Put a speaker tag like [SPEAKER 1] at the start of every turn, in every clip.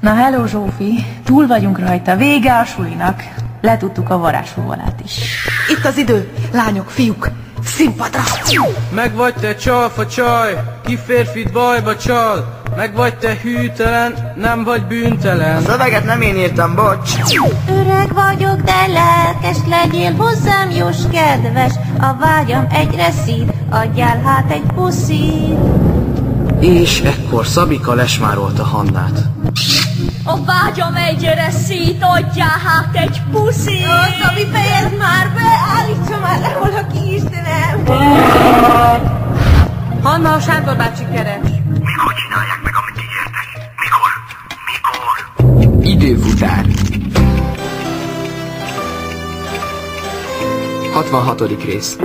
[SPEAKER 1] Na hello Zsófi, túl vagyunk rajta, vége a sulinak. Letudtuk a varázsfúvonát is.
[SPEAKER 2] Itt az idő, lányok, fiúk, színpadra!
[SPEAKER 3] Meg vagy te csalfa csaj, ki férfit bajba csal, meg vagy te hűtelen, nem vagy bűntelen.
[SPEAKER 4] Szöveget nem én írtam, bocs.
[SPEAKER 5] Öreg vagyok, de lelkes legyél, hozzám juss kedves, a vágyam egyre szív, adjál hát egy puszit.
[SPEAKER 6] És ekkor Szabika lesmárolta Hannát.
[SPEAKER 7] A vágyam egyre szét, adjál hát egy puszi! Ó,
[SPEAKER 5] Szabi, fejezd már be, állítsa már le valaki, Istenem!
[SPEAKER 2] Hanna, a sárga bácsi keres.
[SPEAKER 8] Mikor csinálják meg, amit ígértek? Mikor? Mikor?
[SPEAKER 6] Időfutár 66. rész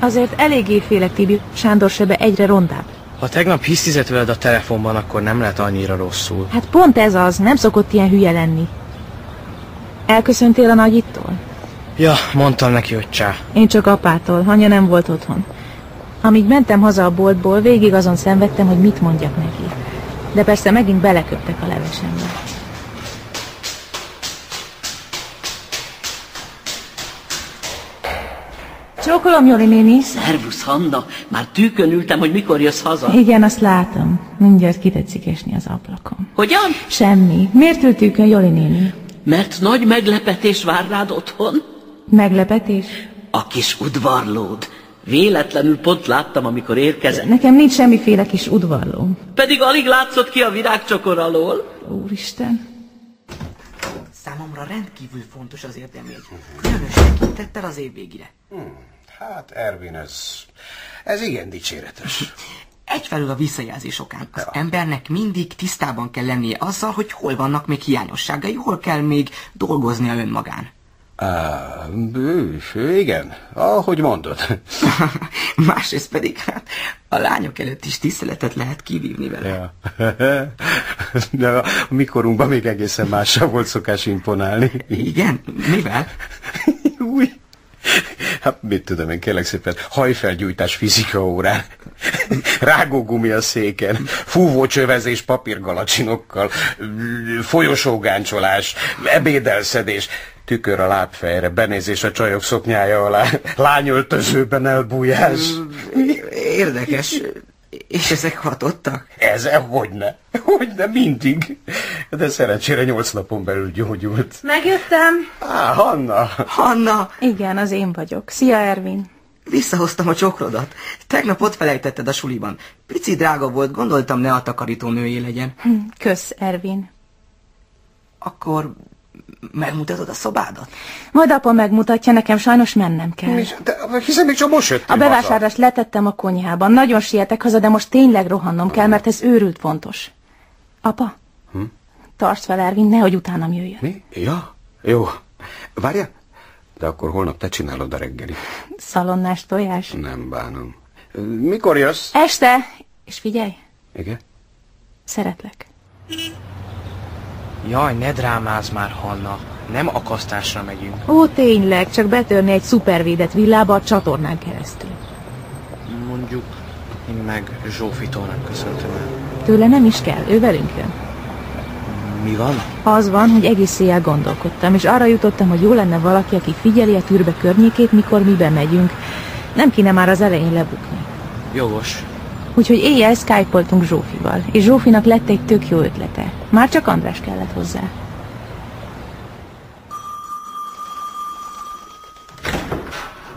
[SPEAKER 1] Azért eléggé félek, Tibi, Sándor sebe egyre rondább.
[SPEAKER 6] Ha tegnap hisztizett veled a telefonban, akkor nem lehet annyira rosszul.
[SPEAKER 1] Hát pont ez az, nem szokott ilyen hülye lenni. Elköszöntél a nagyittól?
[SPEAKER 6] Ja, mondtam neki, hogy csá.
[SPEAKER 1] Én csak apától, hanya nem volt otthon. Amíg mentem haza a boltból, végig azon szenvedtem, hogy mit mondjak neki. De persze megint beleköptek a levesembe. Csókolom, Joli néni.
[SPEAKER 9] Szervusz, Hanna! Már tűkön ültem, hogy mikor jössz haza.
[SPEAKER 1] Igen, azt látom. Mindjárt kitetszik esni az ablakon.
[SPEAKER 9] Hogyan?
[SPEAKER 1] Semmi. Miért ültük a Joli néni?
[SPEAKER 9] Mert nagy meglepetés vár rád otthon.
[SPEAKER 1] Meglepetés?
[SPEAKER 9] A kis udvarlód. Véletlenül pont láttam, amikor érkezett.
[SPEAKER 1] Nekem nincs semmiféle kis udvarlóm.
[SPEAKER 9] Pedig alig látszott ki a virágcsokor alól.
[SPEAKER 1] Úristen.
[SPEAKER 2] Számomra rendkívül fontos az érdemjegy. Különös tekintettel az évvégére.
[SPEAKER 10] Hmm, hát Ervin, ez, ez igen dicséretes.
[SPEAKER 2] Egyfelől a visszajelzésokán. Az embernek mindig tisztában kell lennie azzal, hogy hol vannak még hiányosságai, hol kell még dolgoznia önmagán.
[SPEAKER 10] Á, bűs, igen, ahogy mondod.
[SPEAKER 2] Másrészt pedig hát a lányok előtt is tiszteletet lehet kivívni vele.
[SPEAKER 10] Ja. De a mikorunkban még egészen mással volt szokás imponálni.
[SPEAKER 2] Igen? Mivel?
[SPEAKER 10] Új. Hát mit tudom én, kérlek szépen, hajfelgyújtás fizika órán, rágógumi a széken, fúvócsövezés papírgalacsinokkal, folyosógáncsolás, ebédelszedés, tükör a lábfejre, benézés a csajok szoknyája alá, lányöltözőben elbújás.
[SPEAKER 2] Érdekes. És ezek hatottak?
[SPEAKER 10] Ez hogyne, hogyne, mindig. De szerencsére nyolc napon belül gyógyult.
[SPEAKER 1] Megjöttem.
[SPEAKER 10] Á, Hanna.
[SPEAKER 2] Hanna!
[SPEAKER 1] Igen, az én vagyok. Szia, Ervin.
[SPEAKER 2] Visszahoztam a csokrodat. Tegnap ott felejtetted a suliban. Pici drága volt, gondoltam ne a takarítónőjé legyen.
[SPEAKER 1] Hm, Kösz, Ervin.
[SPEAKER 2] Akkor megmutatod a szobádat?
[SPEAKER 1] Majd apa megmutatja, nekem sajnos mennem kell.
[SPEAKER 10] Mi- De, hiszen még csak most
[SPEAKER 1] A
[SPEAKER 10] jöttünk haza.
[SPEAKER 1] bevásárlást letettem a konyhában. Nagyon sietek haza, de most tényleg rohannom kell, mert ez őrült fontos. Apa?
[SPEAKER 10] Hm?
[SPEAKER 1] Tarts fel, Ervin, nehogy utánam jöjjön.
[SPEAKER 10] Mi? Ja, jó. Várja, de akkor holnap te csinálod a reggeli.
[SPEAKER 1] Szalonnás tojás.
[SPEAKER 10] Nem bánom. Mikor jössz?
[SPEAKER 1] Este! És figyelj,
[SPEAKER 10] Igen?
[SPEAKER 1] szeretlek.
[SPEAKER 6] Jaj, ne drámázz már, Hanna. Nem akasztásra megyünk.
[SPEAKER 1] Ó, tényleg, csak betörni egy szupervédett villába a csatornán keresztül.
[SPEAKER 6] Mondjuk én meg Zsófitól nem köszöntöm el.
[SPEAKER 1] Tőle nem is kell, ő velünk jön.
[SPEAKER 6] Mi van?
[SPEAKER 1] Az van, hogy egész éjjel gondolkodtam, és arra jutottam, hogy jó lenne valaki, aki figyeli a türbe környékét, mikor mi bemegyünk. Nem kéne már az elején lebukni.
[SPEAKER 6] Jogos.
[SPEAKER 1] Úgyhogy éjjel skypoltunk Zsófival, és Zsófinak lett egy tök jó ötlete. Már csak András kellett hozzá.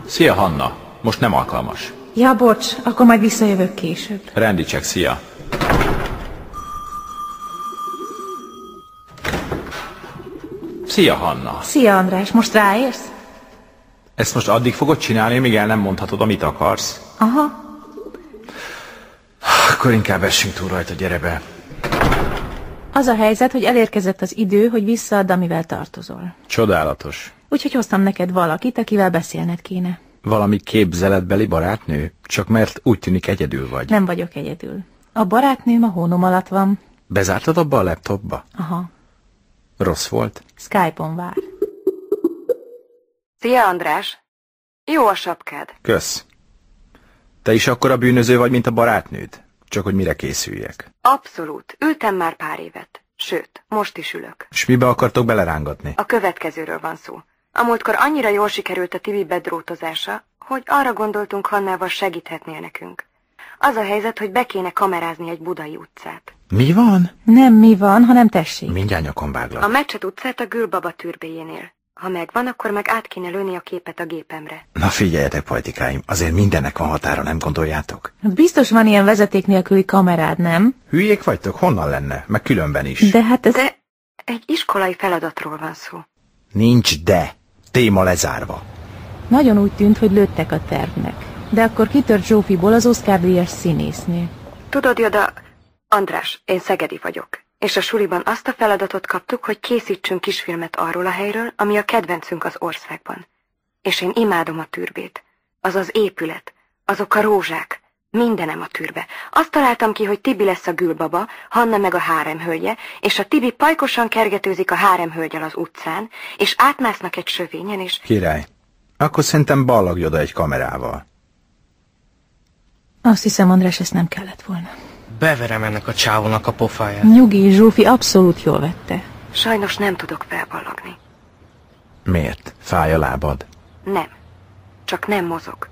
[SPEAKER 11] Szia, Hanna! Most nem alkalmas.
[SPEAKER 1] Ja, bocs, akkor majd visszajövök később.
[SPEAKER 11] Rendítsek, szia! Szia, Hanna!
[SPEAKER 1] Szia, András, most ráérsz?
[SPEAKER 11] Ezt most addig fogod csinálni, míg el nem mondhatod, amit akarsz?
[SPEAKER 1] Aha.
[SPEAKER 11] Akkor inkább essünk túl rajta, gyere be.
[SPEAKER 1] Az a helyzet, hogy elérkezett az idő, hogy visszaadd, amivel tartozol.
[SPEAKER 11] Csodálatos.
[SPEAKER 1] Úgyhogy hoztam neked valakit, akivel beszélned kéne.
[SPEAKER 11] Valami képzeletbeli barátnő? Csak mert úgy tűnik egyedül vagy.
[SPEAKER 1] Nem vagyok egyedül. A barátnőm a hónom alatt van.
[SPEAKER 11] Bezártad abba a laptopba?
[SPEAKER 1] Aha.
[SPEAKER 11] Rossz volt?
[SPEAKER 1] Skype-on vár.
[SPEAKER 12] Szia, András! Jó a sapkád.
[SPEAKER 11] Kösz. Te is akkora bűnöző vagy, mint a barátnőd? Csak hogy mire készüljek.
[SPEAKER 12] Abszolút. Ültem már pár évet. Sőt, most is ülök.
[SPEAKER 11] És mibe akartok belerángatni?
[SPEAKER 12] A következőről van szó. A múltkor annyira jól sikerült a Tibi bedrótozása, hogy arra gondoltunk Hannával segíthetnél nekünk. Az a helyzet, hogy be kéne kamerázni egy budai utcát.
[SPEAKER 11] Mi van?
[SPEAKER 1] Nem mi van, hanem tessék.
[SPEAKER 11] Mindjárt nyakon váglak.
[SPEAKER 12] A meccset utcát a Gülbaba türbéjénél. Ha megvan, akkor meg át kéne lőni a képet a gépemre.
[SPEAKER 11] Na figyeljetek, politikáim, azért mindennek van határa, nem gondoljátok?
[SPEAKER 1] Biztos van ilyen vezeték nélküli kamerád, nem?
[SPEAKER 11] Hülyék vagytok, honnan lenne? Meg különben is.
[SPEAKER 1] De hát ez...
[SPEAKER 12] De egy iskolai feladatról van szó.
[SPEAKER 11] Nincs de. Téma lezárva.
[SPEAKER 1] Nagyon úgy tűnt, hogy lőttek a tervnek. De akkor kitört Zsófiból az Oscar díjas színésznő.
[SPEAKER 12] Tudod, Joda, András, én Szegedi vagyok. És a suliban azt a feladatot kaptuk, hogy készítsünk kisfilmet arról a helyről, ami a kedvencünk az országban. És én imádom a türbét. Az az épület, azok a rózsák, mindenem a türbe. Azt találtam ki, hogy Tibi lesz a gülbaba, Hanna meg a hárem hölgye, és a Tibi pajkosan kergetőzik a hárem hölgyel az utcán, és átmásznak egy sövényen, és...
[SPEAKER 11] Király, akkor szerintem ballagj oda egy kamerával.
[SPEAKER 1] Azt hiszem, András, ezt nem kellett volna.
[SPEAKER 6] Beverem ennek a csávónak a pofáját.
[SPEAKER 1] Nyugi, Zsófi abszolút jól vette.
[SPEAKER 12] Sajnos nem tudok felballagni.
[SPEAKER 11] Miért? Fáj a lábad?
[SPEAKER 12] Nem. Csak nem mozog.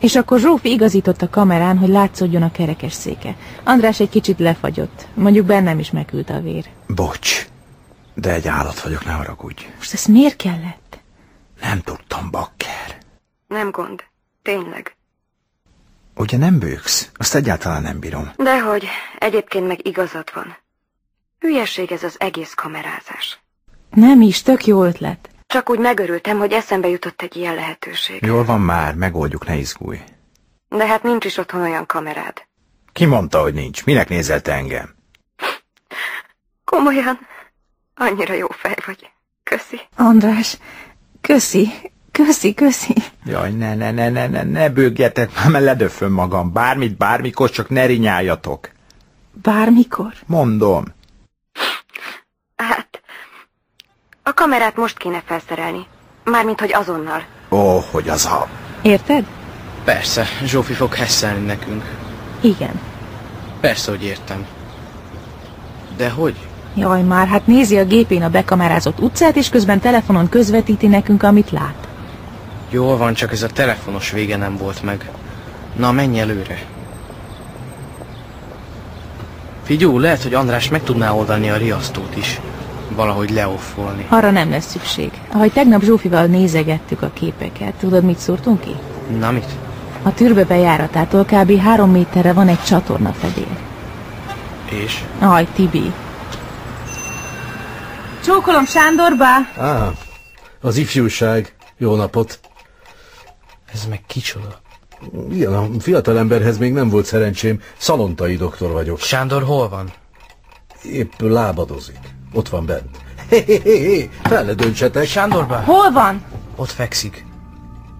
[SPEAKER 1] És akkor Zsófi igazított a kamerán, hogy látszódjon a kerekes széke. András egy kicsit lefagyott. Mondjuk bennem is megült a vér.
[SPEAKER 11] Bocs, de egy állat vagyok, ne haragudj.
[SPEAKER 1] Most ez miért kellett?
[SPEAKER 11] Nem tudtam, bakker.
[SPEAKER 12] Nem gond. Tényleg.
[SPEAKER 11] Ugye nem bőksz? Azt egyáltalán nem bírom.
[SPEAKER 12] Dehogy. Egyébként meg igazad van. Hülyeség ez az egész kamerázás.
[SPEAKER 1] Nem is, tök jó ötlet.
[SPEAKER 12] Csak úgy megörültem, hogy eszembe jutott egy ilyen lehetőség.
[SPEAKER 11] Jól van már, megoldjuk, ne izgulj.
[SPEAKER 12] De hát nincs is otthon olyan kamerád.
[SPEAKER 11] Ki mondta, hogy nincs? Minek nézel te engem?
[SPEAKER 12] Komolyan. Annyira jó fej vagy. Köszi.
[SPEAKER 1] András, köszi, köszi, köszi.
[SPEAKER 11] Jaj, ne, ne, ne, ne, ne, ne bőgjetek már, mert ledöföm magam. Bármit, bármikor, csak ne rinyáljatok.
[SPEAKER 1] Bármikor?
[SPEAKER 11] Mondom.
[SPEAKER 12] Hát, a kamerát most kéne felszerelni. Mármint, hogy azonnal.
[SPEAKER 11] Ó, hogy az a...
[SPEAKER 1] Érted?
[SPEAKER 6] Persze, Zsófi fog hesszelni nekünk.
[SPEAKER 1] Igen.
[SPEAKER 6] Persze, hogy értem. De hogy?
[SPEAKER 1] Jaj már, hát nézi a gépén a bekamerázott utcát, és közben telefonon közvetíti nekünk, amit lát.
[SPEAKER 6] Jól van, csak ez a telefonos vége nem volt meg. Na, menj előre. Figyú, lehet, hogy András meg tudná oldani a riasztót is. Valahogy leoffolni.
[SPEAKER 1] Arra nem lesz szükség. Ahogy tegnap Zsófival nézegettük a képeket, tudod, mit szúrtunk ki?
[SPEAKER 6] Na mit?
[SPEAKER 1] A türbe bejáratától kb. három méterre van egy csatorna fedél.
[SPEAKER 6] És?
[SPEAKER 1] Aj, Tibi. Csókolom Sándorba!
[SPEAKER 13] Á, az ifjúság. Jó napot.
[SPEAKER 6] Ez meg kicsoda?
[SPEAKER 13] Ilyen a fiatalemberhez még nem volt szerencsém. Szalontai doktor vagyok.
[SPEAKER 6] Sándor hol van?
[SPEAKER 13] Épp lábadozik. Ott van bent. Hé, hé, hé, hé, fel ne döntsetek.
[SPEAKER 6] Sándorba?
[SPEAKER 1] Hol van?
[SPEAKER 6] Ott fekszik.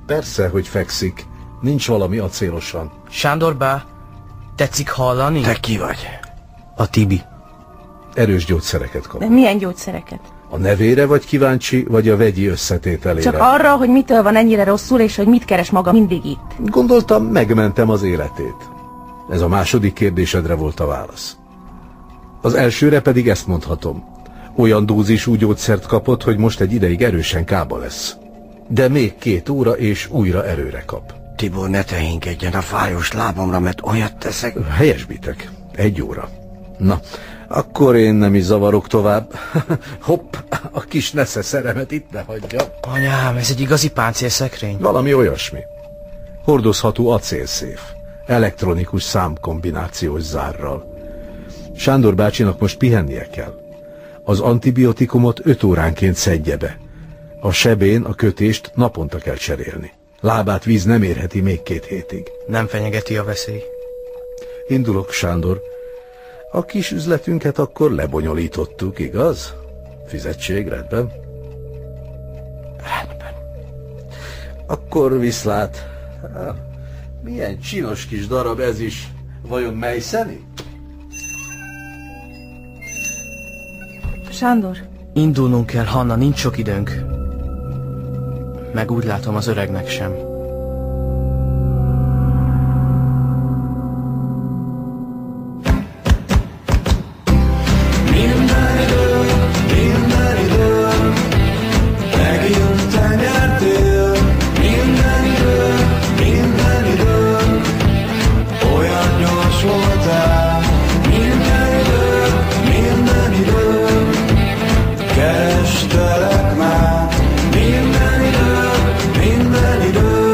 [SPEAKER 13] Persze, hogy fekszik. Nincs valami acélosan.
[SPEAKER 6] Sándorba? Tetszik hallani?
[SPEAKER 11] Te ki vagy?
[SPEAKER 6] A Tibi.
[SPEAKER 13] Erős gyógyszereket kap.
[SPEAKER 1] De milyen gyógyszereket?
[SPEAKER 13] A nevére vagy kíváncsi, vagy a vegyi összetételére?
[SPEAKER 1] Csak arra, hogy mitől van ennyire rosszul, és hogy mit keres maga mindig itt.
[SPEAKER 13] Gondoltam, megmentem az életét. Ez a második kérdésedre volt a válasz. Az elsőre pedig ezt mondhatom. Olyan dózisú gyógyszert kapott, hogy most egy ideig erősen kába lesz. De még két óra, és újra erőre kap.
[SPEAKER 4] Tibor, ne tehinkedjen a fájós lábamra, mert olyat teszek.
[SPEAKER 13] Helyesbitek. Egy óra. Na, akkor én nem is zavarok tovább. Hopp, a kis nesze szeremet itt ne hagyja.
[SPEAKER 6] Anyám, ez egy igazi páncélszekrény.
[SPEAKER 13] Valami olyasmi. hordozható acélszéf, elektronikus számkombinációs zárral. Sándor bácsinak most pihennie kell. Az antibiotikumot 5 óránként szedje be. A sebén a kötést naponta kell cserélni. Lábát víz nem érheti még két hétig.
[SPEAKER 6] Nem fenyegeti a veszély.
[SPEAKER 13] Indulok, Sándor. A kis üzletünket akkor lebonyolítottuk, igaz? Fizetség, rendben? Rendben. Akkor viszlát. Há, Milyen csinos kis darab ez is. Vajon mely szeni?
[SPEAKER 1] Sándor,
[SPEAKER 6] Indulnunk kell, Hanna, nincs sok időnk. Meg úgy látom az öregnek sem.
[SPEAKER 14] Kerestelek már minden idő, minden idő,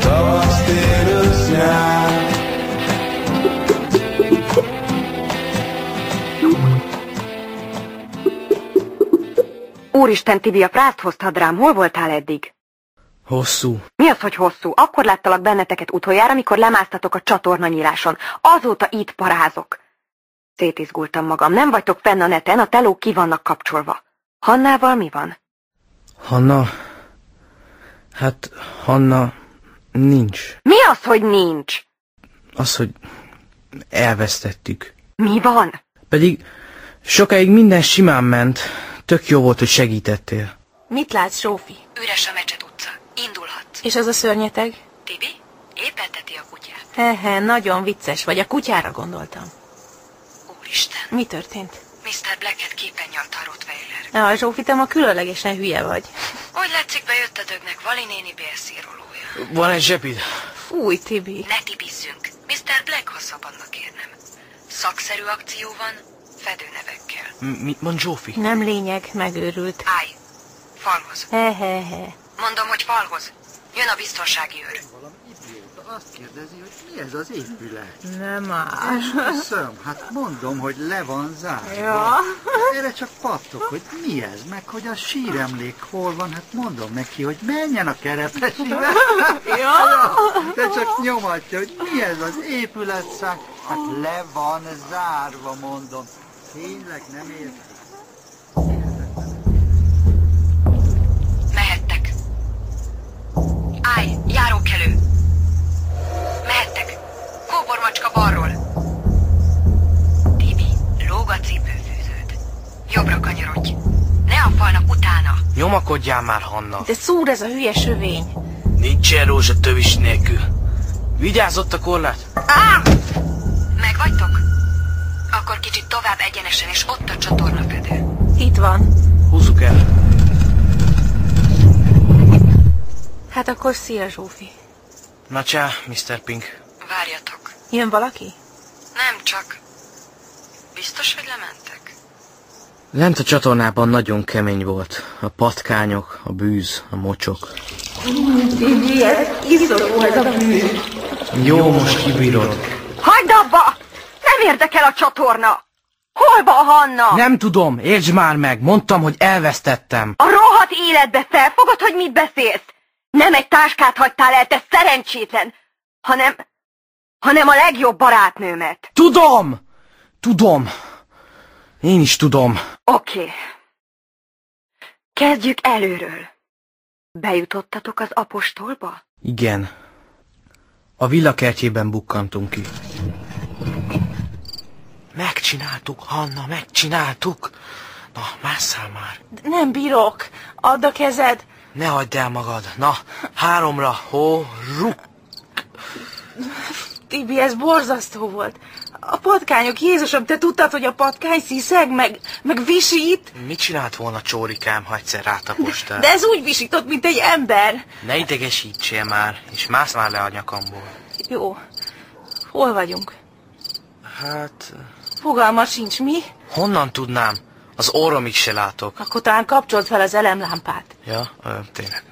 [SPEAKER 14] tavasz, tél, ősz, nyár.
[SPEAKER 12] Úristen, Tibi, a prászt hoztad rám, hol voltál eddig?
[SPEAKER 6] Hosszú.
[SPEAKER 12] Mi az, hogy hosszú? Akkor láttalak benneteket utoljára, amikor lemásztatok a csatorna nyíláson. Azóta itt parázok. Szétizgultam magam, nem vagytok fenn a neten, a telók ki vannak kapcsolva. Hannával mi van?
[SPEAKER 6] Hanna... Hát, Hanna... Nincs.
[SPEAKER 12] Mi az, hogy nincs?
[SPEAKER 6] Az, hogy elvesztettük.
[SPEAKER 12] Mi van?
[SPEAKER 6] Pedig sokáig minden simán ment. Tök jó volt, hogy segítettél.
[SPEAKER 1] mit látsz, Sófi?
[SPEAKER 12] Üres a mecset utca. Indulhatsz.
[SPEAKER 1] És az a szörnyeteg?
[SPEAKER 12] Tibi, épelteti a kutyát.
[SPEAKER 1] Hehe, nagyon vicces vagy. A kutyára gondoltam.
[SPEAKER 12] Úristen.
[SPEAKER 1] Mi történt?
[SPEAKER 12] Mr. Blackhead képen nyalta a Rottweiler.
[SPEAKER 1] A Zsófi, te ma különlegesen hülye vagy.
[SPEAKER 12] Úgy látszik, bejött a dögnek Vali néni BSZ írólója.
[SPEAKER 6] Van egy zsepid?
[SPEAKER 1] Fúj, Tibi.
[SPEAKER 12] Ne tibizzünk. Mr. Black, ha szabadnak érnem. Szakszerű akció van, fedőnevekkel.
[SPEAKER 6] Mit mond Zsófi?
[SPEAKER 1] Nem lényeg, megőrült.
[SPEAKER 12] Állj! Falhoz.
[SPEAKER 1] Hehehe.
[SPEAKER 12] Mondom, hogy falhoz. Jön a biztonsági őr.
[SPEAKER 15] Azt kérdezi, hogy mi ez az épület?
[SPEAKER 1] Nem más.
[SPEAKER 15] Köszönöm, hát mondom, hogy le van zárva.
[SPEAKER 1] Ja.
[SPEAKER 15] Erre csak pattok, hogy mi ez, meg hogy a síremlék hol van, hát mondom neki, hogy menjen a kerepesivel.
[SPEAKER 1] Ja.
[SPEAKER 15] De csak nyomatja, hogy mi ez az épületszám. Hát le van zárva, mondom. Tényleg nem értem.
[SPEAKER 12] Mehettek. Állj, járókelő. Mehettek. Kóbormacska balról. Tibi, lóg a cipőfűződ. Jobbra kanyarodj. Ne a falnak utána.
[SPEAKER 6] Nyomakodjál már, Hanna.
[SPEAKER 1] De szúr ez a hülye sövény.
[SPEAKER 6] Nincsen rózsa tövis nélkül. Vigyázz ott a korlát.
[SPEAKER 12] Á! Megvagytok? Akkor kicsit tovább egyenesen, és ott a csatornafedő.
[SPEAKER 1] Itt van.
[SPEAKER 6] Húzzuk el.
[SPEAKER 1] Hát akkor szia, Zsófi.
[SPEAKER 6] Na csá, Mr. Pink.
[SPEAKER 12] Várjatok.
[SPEAKER 1] Jön valaki?
[SPEAKER 12] Nem csak. Biztos, hogy lementek?
[SPEAKER 6] Lent a csatornában nagyon kemény volt. A patkányok, a bűz, a mocsok.
[SPEAKER 1] Tibi, ez kiszorú ez a bűn.
[SPEAKER 6] Jó, most kibírod.
[SPEAKER 12] Hagyd abba! Nem érdekel a csatorna! Hol van Hanna?
[SPEAKER 6] Nem tudom, értsd már meg, mondtam, hogy elvesztettem.
[SPEAKER 12] A rohadt életbe felfogod, hogy mit beszélsz? Nem egy táskát hagytál el, te szerencsétlen, hanem, hanem a legjobb barátnőmet.
[SPEAKER 6] Tudom! Tudom! Én is tudom.
[SPEAKER 12] Oké. Okay. Kezdjük előről. Bejutottatok az apostolba?
[SPEAKER 6] Igen. A villakertjében bukkantunk ki. Megcsináltuk, Hanna, megcsináltuk. Na, másszál már.
[SPEAKER 1] Nem bírok. Add a kezed.
[SPEAKER 6] Ne hagyd el magad. Na, háromra, hó, ruk.
[SPEAKER 1] Tibi, ez borzasztó volt. A patkányok, Jézusom, te tudtad, hogy a patkány sziszeg, meg, meg visít?
[SPEAKER 6] Mit csinált volna csórikám, ha egyszer rátapostál?
[SPEAKER 1] De ez úgy visított, mint egy ember.
[SPEAKER 6] Ne idegesítsél már, és mász már le a nyakamból.
[SPEAKER 1] Jó. Hol vagyunk?
[SPEAKER 6] Hát,
[SPEAKER 1] Fogalma sincs, mi?
[SPEAKER 6] honnan tudnám? Az orromig se látok.
[SPEAKER 1] Akkor talán kapcsolt fel az elemlámpát.
[SPEAKER 6] Ja, ö, tényleg.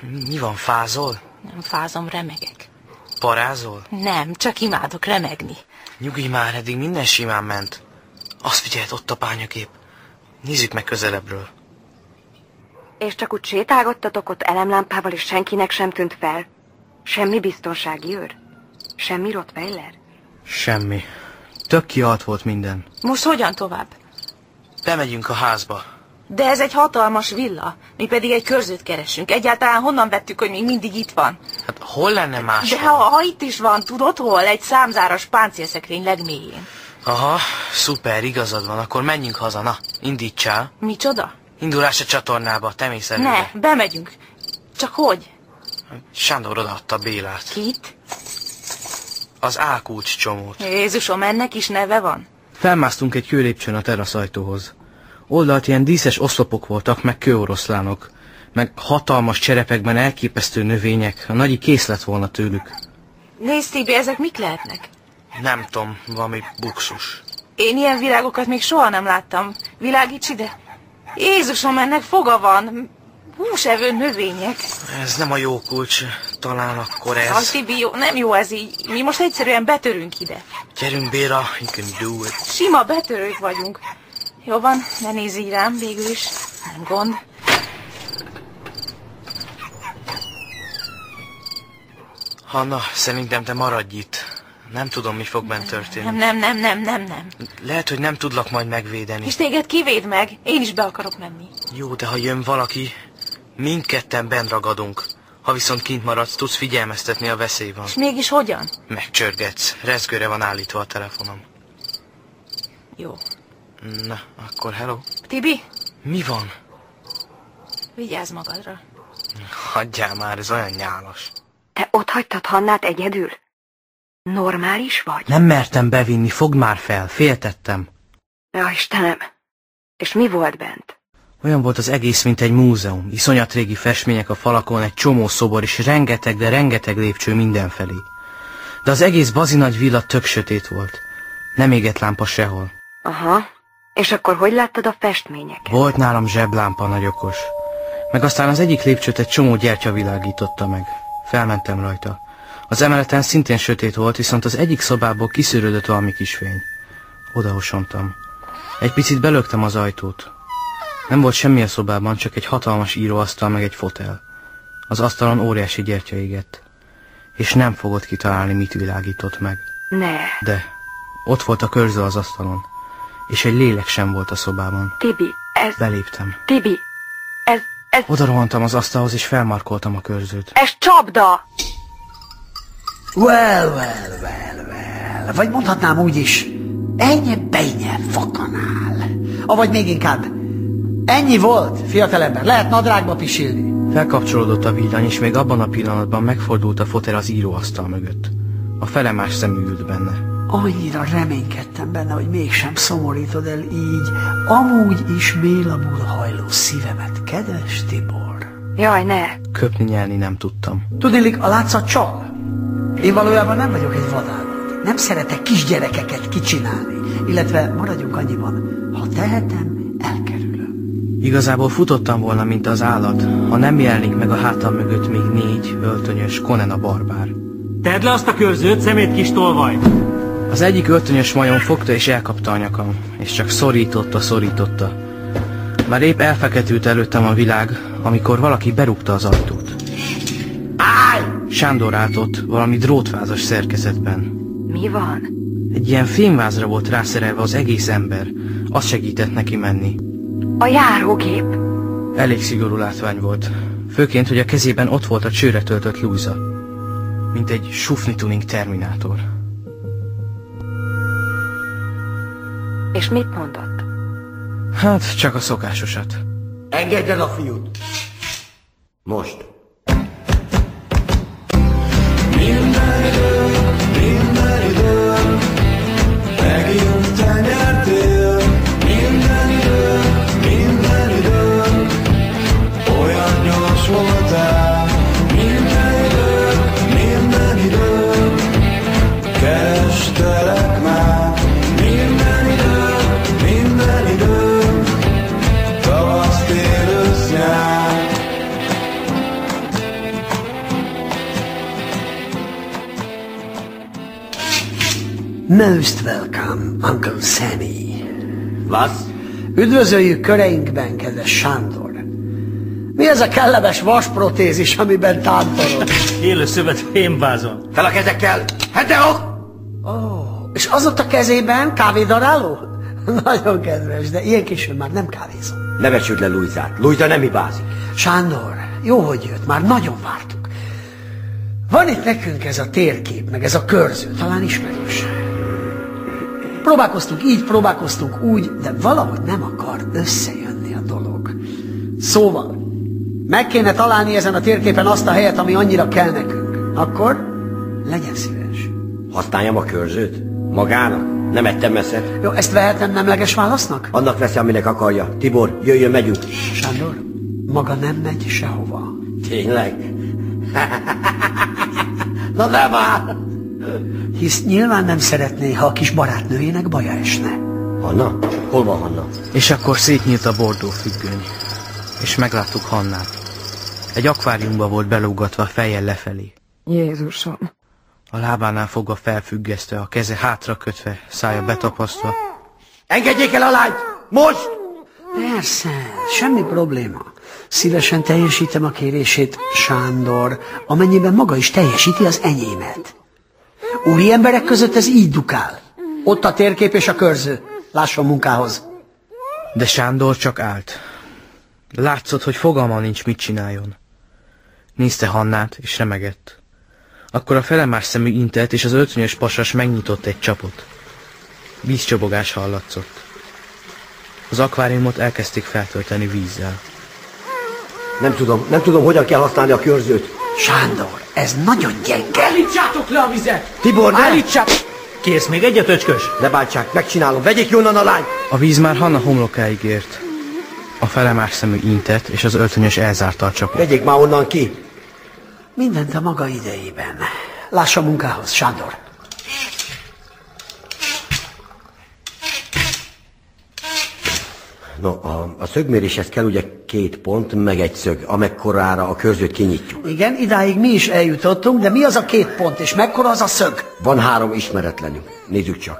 [SPEAKER 6] Mi van, fázol?
[SPEAKER 1] Nem fázom, remegek.
[SPEAKER 6] Parázol?
[SPEAKER 1] Nem, csak imádok remegni.
[SPEAKER 6] Nyugi már, eddig minden simán ment. Azt figyeld, ott a pányakép. Nézzük meg közelebbről.
[SPEAKER 12] És csak úgy sétálgattatok ott elemlámpával, és senkinek sem tűnt fel? Semmi biztonsági őr? Semmi Rottweiler?
[SPEAKER 6] Semmi. Tök kialt volt minden.
[SPEAKER 1] Most hogyan tovább?
[SPEAKER 6] Bemegyünk a házba.
[SPEAKER 1] De ez egy hatalmas villa, mi pedig egy körzőt keresünk. Egyáltalán honnan vettük, hogy még mindig itt van?
[SPEAKER 6] Hát hol lenne más?
[SPEAKER 1] De ha, ha itt is van, tudod hol? Egy számzáras páncélszekrény legmélyén.
[SPEAKER 6] Aha, szuper, igazad van, akkor menjünk haza, na, indítsál.
[SPEAKER 1] Micsoda?
[SPEAKER 6] Indulás a csatornába, te mész előre.
[SPEAKER 1] Ne, bemegyünk. Csak hogy?
[SPEAKER 6] Sándor odaadta Bélát.
[SPEAKER 1] Kit?
[SPEAKER 6] Az ákulcs csomót.
[SPEAKER 1] Jézusom, ennek is neve van?
[SPEAKER 6] Felmásztunk egy kőlépcsőn a teraszajtóhoz. Oldalt ilyen díszes oszlopok voltak, meg kőoroszlánok, meg hatalmas cserepekben elképesztő növények, a nagyi kész lett volna tőlük.
[SPEAKER 1] Nézd, Tibi, ezek mik lehetnek?
[SPEAKER 6] Nem tudom, valami buxus.
[SPEAKER 1] Én ilyen virágokat még soha nem láttam. Világíts ide! Jézusom, ennek foga van! Húsevő növények!
[SPEAKER 6] Ez nem a jó kulcs, talán akkor ez.
[SPEAKER 1] Aj, Tibi, jó, nem jó ez így. Mi most egyszerűen betörünk ide.
[SPEAKER 6] Gyerünk, Béla, you can do it.
[SPEAKER 1] Sima betörők vagyunk. Jó van, ne nézz így rám, végül is. Nem gond.
[SPEAKER 6] Hanna, szerintem te maradj itt. Nem tudom, mi fog bent történni.
[SPEAKER 1] Nem, nem, nem, nem, nem, nem.
[SPEAKER 6] Lehet, hogy nem tudlak majd megvédeni.
[SPEAKER 1] És téged kivéd meg? Én is be akarok menni.
[SPEAKER 6] Jó, de ha jön valaki, mindketten bent ragadunk. Ha viszont kint maradsz, tudsz figyelmeztetni a veszély van.
[SPEAKER 1] És mégis hogyan?
[SPEAKER 6] Megcsörgetsz. Rezgőre van állítva a telefonom.
[SPEAKER 1] Jó.
[SPEAKER 6] Na, akkor hello.
[SPEAKER 1] Tibi,
[SPEAKER 6] Mi van?
[SPEAKER 1] vigyázz magadra.
[SPEAKER 6] Hagyjál már, ez olyan nyálas.
[SPEAKER 12] Te ott hagytad Hannát egyedül? Normális vagy?
[SPEAKER 6] Nem mertem bevinni, fogd már fel, féltettem.
[SPEAKER 12] Ja, Istenem! És mi volt bent?
[SPEAKER 6] Olyan volt az egész, mint egy múzeum. Iszonyat régi festmények a falakon, egy csomó szobor és rengeteg, de rengeteg lépcső mindenfelé. De az egész bazinagy villa tök sötét volt. Nem égett lámpa sehol.
[SPEAKER 12] Aha. És akkor hogy láttad a festmények?
[SPEAKER 6] Volt nálam zseblámpa nagy okos. Meg aztán az egyik lépcsőt egy csomó gyertya világította meg. Felmentem rajta. Az emeleten szintén sötét volt, viszont az egyik szobából kiszűrődött valami kis fény. Odahosontam. Egy picit belögtem az ajtót. Nem volt semmi a szobában, csak egy hatalmas íróasztal meg egy fotel. Az asztalon óriási gyertya égett. És nem fogod kitalálni, mit világított meg.
[SPEAKER 12] Ne,
[SPEAKER 6] De ott volt a körző az asztalon, és egy lélek sem volt a szobában.
[SPEAKER 12] Tibi, ez...
[SPEAKER 6] Beléptem.
[SPEAKER 12] Tibi, ez... ez...
[SPEAKER 6] Oda rohantam az asztalhoz, és felmarkoltam a körzőt.
[SPEAKER 12] ez csapda!
[SPEAKER 9] Well, well, well, well. Vagy mondhatnám úgy is, ennyi bejnye fakanál. Avagy még inkább, ennyi volt, fiatalember, lehet nadrágba pisilni.
[SPEAKER 6] Felkapcsolódott a villany, és még abban a pillanatban megfordult a fotel az íróasztal mögött. A felemás szemű ült benne.
[SPEAKER 9] Annyira reménykedtem benne, hogy mégsem szomorítod el így amúgy is mélamul hajló szívemet, kedves Tibor.
[SPEAKER 12] Jaj, ne!
[SPEAKER 6] Köpni nyelni nem tudtam.
[SPEAKER 9] Tudélik, a látszat csal. Én valójában nem vagyok egy vadállat. Nem szeretek kisgyerekeket kicsinálni, illetve maradjunk annyiban, ha tehetem,
[SPEAKER 6] Igazából futottam volna, mint az állat, ha nem jelenik meg a hátam mögött még négy öltönyös Conan a barbár.
[SPEAKER 16] Tedd le azt a körzőt, szemét kis tolvaj!
[SPEAKER 6] Az egyik öltönyös majom fogta és elkapta a nyakam, és csak szorította, szorította. Már épp elfeketült előttem a világ, amikor valaki berúgta az ajtót.
[SPEAKER 9] Állj!
[SPEAKER 6] Sándor állt ott, valami drótvázas szerkezetben.
[SPEAKER 12] Mi van?
[SPEAKER 6] Egy ilyen fémvázra volt rászerelve az egész ember, az segített neki menni.
[SPEAKER 12] A járógép!
[SPEAKER 6] Elég szigorú látvány volt. Főként, hogy a kezében ott volt a csőre töltött lúza. Mint egy sufni tuning terminátor.
[SPEAKER 12] És mit mondott?
[SPEAKER 6] Hát, csak a szokásosat.
[SPEAKER 5] Engedd el a fiút! Most.
[SPEAKER 14] Minden idő, megint te nyertél. Minden idő, minden idő, olyan gyors voltál. Minden idő, minden idő, kerestelek már. Minden idő, minden idő, tavasz, tél, ősz, nyár.
[SPEAKER 9] Most welcome, Uncle Sammy.
[SPEAKER 5] Was?
[SPEAKER 9] Üdvözöljük köreinkben, kedves Sándor. Mi ez a kellemes vasprotézis, amiben tántorod?
[SPEAKER 16] Élő szövet fémvázon.
[SPEAKER 9] Fel a kezekkel! Hete Ó, Oh, és az ott a kezében kávédaráló? Nagyon kedves, de ilyen későn már nem kávézom.
[SPEAKER 5] Ne vessük le Lujzát. Lujza nem hibázik.
[SPEAKER 9] Sándor, jó, hogy jött, már nagyon vártuk. Van itt nekünk ez a térkép, meg ez a körző, talán ismerős. Próbálkoztunk így, próbálkoztunk úgy, de valahogy nem akar összejönni a dolog. Szóval, meg kéne találni ezen a térképen azt a helyet, ami annyira kell nekünk. Akkor legyen szíves.
[SPEAKER 5] Használjam a körzőt? Magának? Nem ettem messze.
[SPEAKER 9] Jó, ezt vehetem nemleges válasznak?
[SPEAKER 5] Annak veszi, aminek akarja. Tibor, jöjjön, megyünk.
[SPEAKER 9] Sándor, maga nem megy sehova.
[SPEAKER 5] Tényleg?
[SPEAKER 9] Na de már! Hisz nyilván nem szeretné, ha a kis barátnőjének baja esne.
[SPEAKER 5] Hanna? Hol van Hanna?
[SPEAKER 6] És akkor szétnyílt a bordó függöny, és megláttuk Hannát. Egy akváriumba volt belógatva fejjel lefelé.
[SPEAKER 12] Jézusom.
[SPEAKER 6] A lábánál fogva felfüggesztve, a keze hátra kötve, szája betapasztva.
[SPEAKER 9] Engedjék el a lányt! Most! Persze, semmi probléma. Szívesen teljesítem a kérését, Sándor, amennyiben maga is teljesíti az enyémet. Úri emberek között ez így dukál. Ott a térkép és a körző. Lásson munkához.
[SPEAKER 6] De Sándor csak állt. Látszott, hogy fogalma nincs, mit csináljon. Nézte Hannát, és remegett. Akkor a felemás szemű intett, és az öltönyös pasas megnyitott egy csapot. Vízcsobogás hallatszott. Az akváriumot elkezdték feltölteni vízzel.
[SPEAKER 5] Nem tudom, nem tudom, hogyan kell használni a körzőt.
[SPEAKER 9] Sándor, ez nagyon gyenge.
[SPEAKER 16] Állítsátok le a vizet!
[SPEAKER 5] Tibor, ne!
[SPEAKER 16] Állítsátok! Kész, még egyet öcskös?
[SPEAKER 5] Ne bántsák, megcsinálom. Vegyék ki onnan a lányt!
[SPEAKER 6] A víz már Hanna homlokáig ért. A felemás szemű intett, és az öltönyös elzárta a csapot.
[SPEAKER 5] Vegyék már onnan ki!
[SPEAKER 9] Mindent a maga idejében. Lássa munkához, Sándor.
[SPEAKER 5] No, a, a szögméréshez kell ugye két pont, meg egy szög, amekkorára a körzőt kinyitjuk.
[SPEAKER 9] Igen, idáig mi is eljutottunk, de mi az a két pont, és mekkora az a szög?
[SPEAKER 5] Van három ismeretlenünk. Nézzük csak.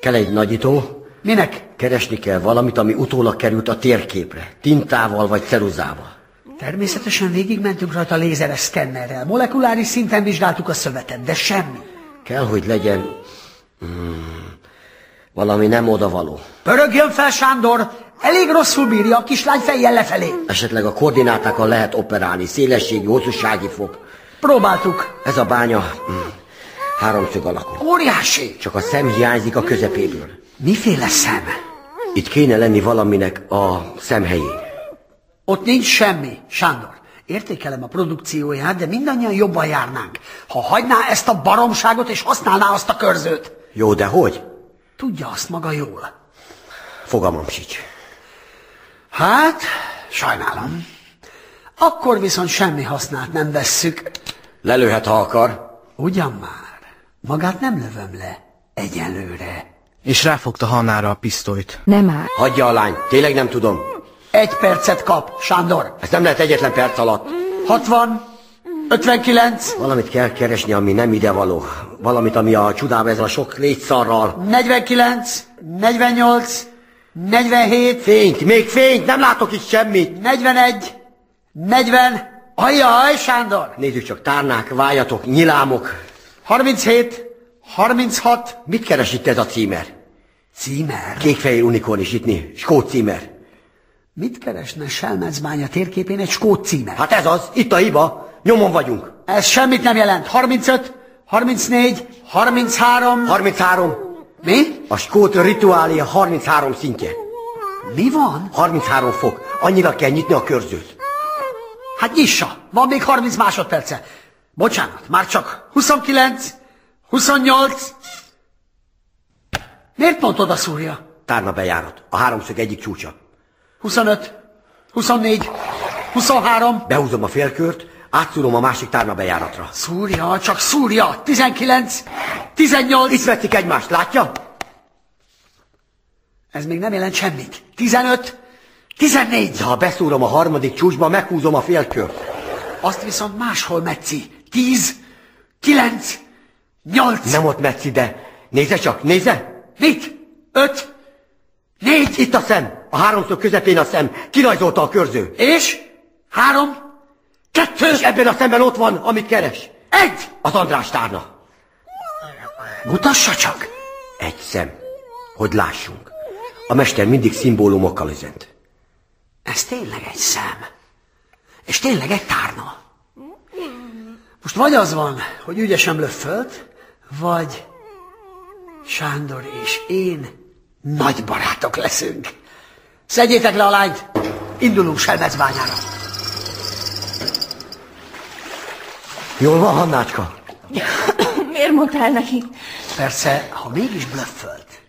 [SPEAKER 5] Kell egy nagyító.
[SPEAKER 9] Minek?
[SPEAKER 5] Keresni kell valamit, ami utólag került a térképre. Tintával vagy ceruzával.
[SPEAKER 9] Természetesen végigmentünk rajta a lézeres szkennerrel. Molekuláris szinten vizsgáltuk a szövetet, de semmi.
[SPEAKER 5] Kell, hogy legyen... Hmm, valami nem odavaló.
[SPEAKER 9] Pörögjön fel, Sándor! Elég rosszul bírja a kislány fejjel lefelé.
[SPEAKER 5] Esetleg a koordinátákon lehet operálni. Szélességi, hosszúsági fok.
[SPEAKER 9] Próbáltuk.
[SPEAKER 5] Ez a bánya hmm, háromszög alakú.
[SPEAKER 9] Óriási!
[SPEAKER 5] Csak a szem hiányzik a közepéből.
[SPEAKER 9] Miféle szem?
[SPEAKER 5] Itt kéne lenni valaminek a szemhelyén.
[SPEAKER 9] Ott nincs semmi, Sándor. Értékelem a produkcióját, de mindannyian jobban járnánk, ha hagyná ezt a baromságot és használná azt a körzőt.
[SPEAKER 5] Jó, de hogy?
[SPEAKER 9] Tudja azt maga jól.
[SPEAKER 5] Fogamam sincs.
[SPEAKER 9] Hát, sajnálom. Akkor viszont semmi hasznát nem vesszük.
[SPEAKER 5] Lelőhet, ha akar.
[SPEAKER 9] Ugyan már. Magát nem lövöm le. Egyelőre.
[SPEAKER 6] És ráfogta Hannára a pisztolyt.
[SPEAKER 12] Nem áll.
[SPEAKER 5] Hagyja a lány, tényleg nem tudom.
[SPEAKER 9] Egy percet kap, Sándor.
[SPEAKER 5] Ez nem lehet egyetlen perc alatt.
[SPEAKER 9] 60, 59,
[SPEAKER 5] Valamit kell keresni, ami nem idevaló. Valamit, ami a csudába ez a sok légyszarral.
[SPEAKER 9] 49, 48, 47,
[SPEAKER 5] Fényt, még fényt, nem látok itt semmit.
[SPEAKER 9] 41, 40, ajaj, Sándor!
[SPEAKER 5] Nézzük csak, tárnák, vájatok, nyilámok.
[SPEAKER 9] 37, 36,
[SPEAKER 5] Mit keres itt ez a címer?
[SPEAKER 9] címer.
[SPEAKER 5] Kékfehér unikorn is itt, skót címer.
[SPEAKER 9] Mit keresne Selmecbánya térképén egy skót címer?
[SPEAKER 5] Hát ez az, itt a hiba, nyomon vagyunk.
[SPEAKER 9] Ez semmit nem jelent. 35, 34, 33...
[SPEAKER 5] 33.
[SPEAKER 9] Mi?
[SPEAKER 5] A skót rituália 33 szintje.
[SPEAKER 9] Mi van?
[SPEAKER 5] 33 fok. Annyira kell nyitni a körzőt.
[SPEAKER 9] Hát nyissa, van még 30 másodperce. Bocsánat, már csak 29, 28... Miért pont oda szúrja?
[SPEAKER 5] Tárna bejárat. A háromszög egyik csúcsa.
[SPEAKER 9] 25, 24, 23...
[SPEAKER 5] Behúzom a félkört, átszúrom a másik tárna bejáratra.
[SPEAKER 9] Szúrja, csak szúrja! 19, 18...
[SPEAKER 5] Itt veszik egymást, látja?
[SPEAKER 9] Ez még nem jelent semmit. 15, 14...
[SPEAKER 5] De ha beszúrom a harmadik csúcsba, meghúzom a félkört.
[SPEAKER 9] Azt viszont máshol metszi. 10, 9, 8...
[SPEAKER 5] Nem ott metszi, de
[SPEAKER 17] Nézze csak, nézze! Mit? Öt! Négy! Itt a szem! A háromszög közepén a szem. Kirajzolta a körző. És? Három? Kettő! És ebben a szemben ott van, amit keres. Egy! Az András tárna. Mutassa csak! Egy szem. Hogy lássunk. A mester mindig szimbólumokkal üzent.
[SPEAKER 9] Ez tényleg egy szem. És tényleg egy tárna. Most vagy az van, hogy ügyesen löffölt, vagy Sándor és én nagy barátok leszünk. Szedjétek le a lányt, indulunk Selmecbányára.
[SPEAKER 17] Jól van, Hannácska?
[SPEAKER 18] Miért mondtál neki?
[SPEAKER 9] Persze, ha mégis blöffölt.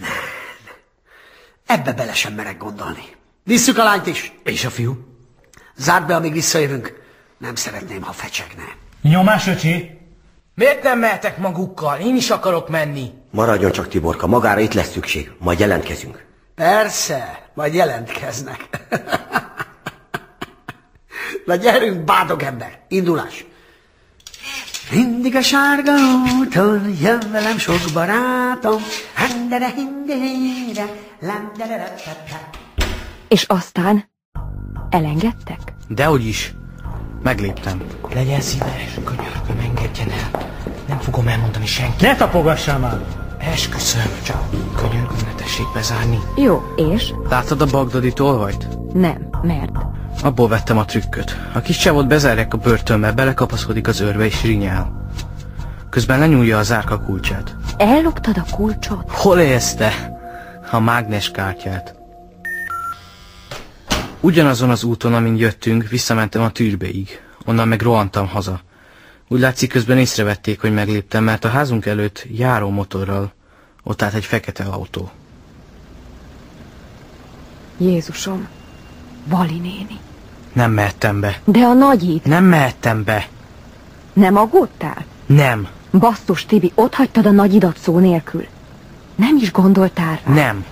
[SPEAKER 9] Nem. Ebbe bele sem merek gondolni. Visszük a lányt is.
[SPEAKER 19] És a fiú?
[SPEAKER 9] Zárd be, amíg visszajövünk. Nem szeretném, ha fecsegne.
[SPEAKER 19] Nyomás, öcsi? Miért nem mehetek magukkal? Én is akarok menni.
[SPEAKER 17] Maradjon csak Tiborka, magára itt lesz szükség. Majd jelentkezünk.
[SPEAKER 9] Persze, majd jelentkeznek. Na gyerünk, bádog ember, indulás! Mindig a sárga úton jön velem sok barátom, hendere hindere, lendere repete.
[SPEAKER 12] És aztán elengedtek?
[SPEAKER 6] Dehogy is. Megléptem.
[SPEAKER 19] Legyen szíves, könyörgöm, engedjen el. Nem fogom elmondani senki. Ne tapogassál már! Esküszöm, csak könyörgöm, ne tessék bezárni.
[SPEAKER 12] Jó, és?
[SPEAKER 6] Láttad a bagdadi tolvajt?
[SPEAKER 12] Nem, mert?
[SPEAKER 6] Abból vettem a trükköt. A kis csávot bezárják a börtönbe, belekapaszkodik az őrbe és rinyál. Közben lenyúlja a zárka kulcsát.
[SPEAKER 12] Elloptad a kulcsot?
[SPEAKER 6] Hol élsz te? A mágnes kártyát. Ugyanazon az úton, amin jöttünk, visszamentem a tűrbeig. Onnan meg rohantam haza. Úgy látszik, közben észrevették, hogy megléptem, mert a házunk előtt járó motorral ott állt egy fekete autó.
[SPEAKER 12] Jézusom, Bali néni.
[SPEAKER 6] Nem mehettem be.
[SPEAKER 12] De a nagyit
[SPEAKER 6] Nem mehettem be.
[SPEAKER 12] nem aggódtál?
[SPEAKER 6] Nem.
[SPEAKER 12] Basszus, Tibi, ott hagytad a nagyidat szó nélkül. Nem is gondoltál rá.
[SPEAKER 6] Nem.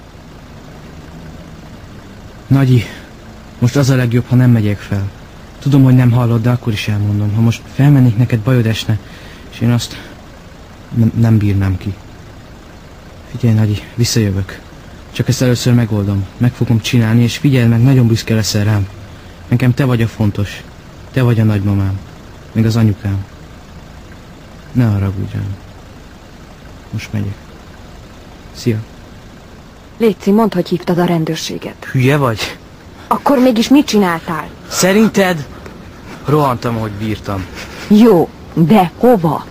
[SPEAKER 6] Nagyi, most az a legjobb, ha nem megyek fel. Tudom, hogy nem hallod, de akkor is elmondom. Ha most felmennék neked, bajod esne, és én azt nem, nem bírnám ki. Figyelj, Nagyi, visszajövök. Csak ezt először megoldom. Meg fogom csinálni, és figyelj meg, nagyon büszke leszel rám. Nekem te vagy a fontos. Te vagy a nagymamám. Meg az anyukám. Ne haragudj rám. Most megyek. Szia.
[SPEAKER 12] Léci, mondd, hogy hívtad a rendőrséget.
[SPEAKER 6] Hülye vagy?
[SPEAKER 12] Akkor mégis mit csináltál?
[SPEAKER 6] Szerinted? Rohantam, ahogy bírtam.
[SPEAKER 12] Jó, de hova?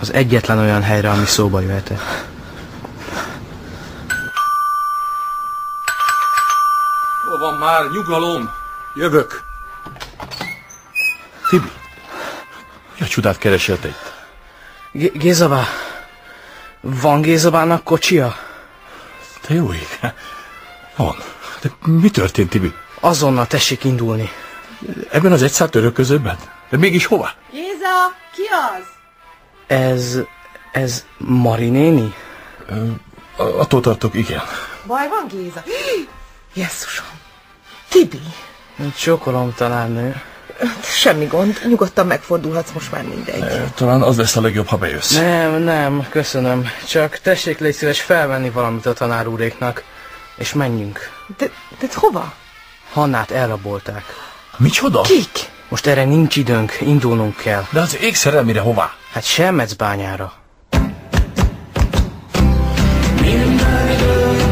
[SPEAKER 6] Az egyetlen olyan helyre, ami szóba jöhetett.
[SPEAKER 20] Hol van már? Nyugalom! Jövök!
[SPEAKER 16] Tibi, mi a csodát keresél te itt?
[SPEAKER 6] G- Gézabá, van Gézabának kocsia?
[SPEAKER 16] Te jó ég. Van. De mi történt, Tibi?
[SPEAKER 6] Azonnal tessék indulni.
[SPEAKER 16] Ebben az egyszár töröközőben? De mégis hova?
[SPEAKER 21] Géza, ki az?
[SPEAKER 6] Ez... ez Mari néni?
[SPEAKER 16] attól tartok, igen.
[SPEAKER 21] Baj van, Géza? Jesszusom. Tibi,
[SPEAKER 6] Csókolom talán nő.
[SPEAKER 21] semmi gond, nyugodtan megfordulhatsz, most már mindegy.
[SPEAKER 16] Talán az lesz a legjobb, ha bejössz.
[SPEAKER 6] Nem, nem, köszönöm. Csak tessék légy szíves felvenni valamit a tanár úréknak, és menjünk.
[SPEAKER 21] De, de hova?
[SPEAKER 6] Hannát elrabolták.
[SPEAKER 16] Micsoda?
[SPEAKER 6] Kik? Most erre nincs időnk, indulnunk kell.
[SPEAKER 16] De az égszerelmire hová?
[SPEAKER 6] Hát Selmecbányára.
[SPEAKER 14] Minden idő,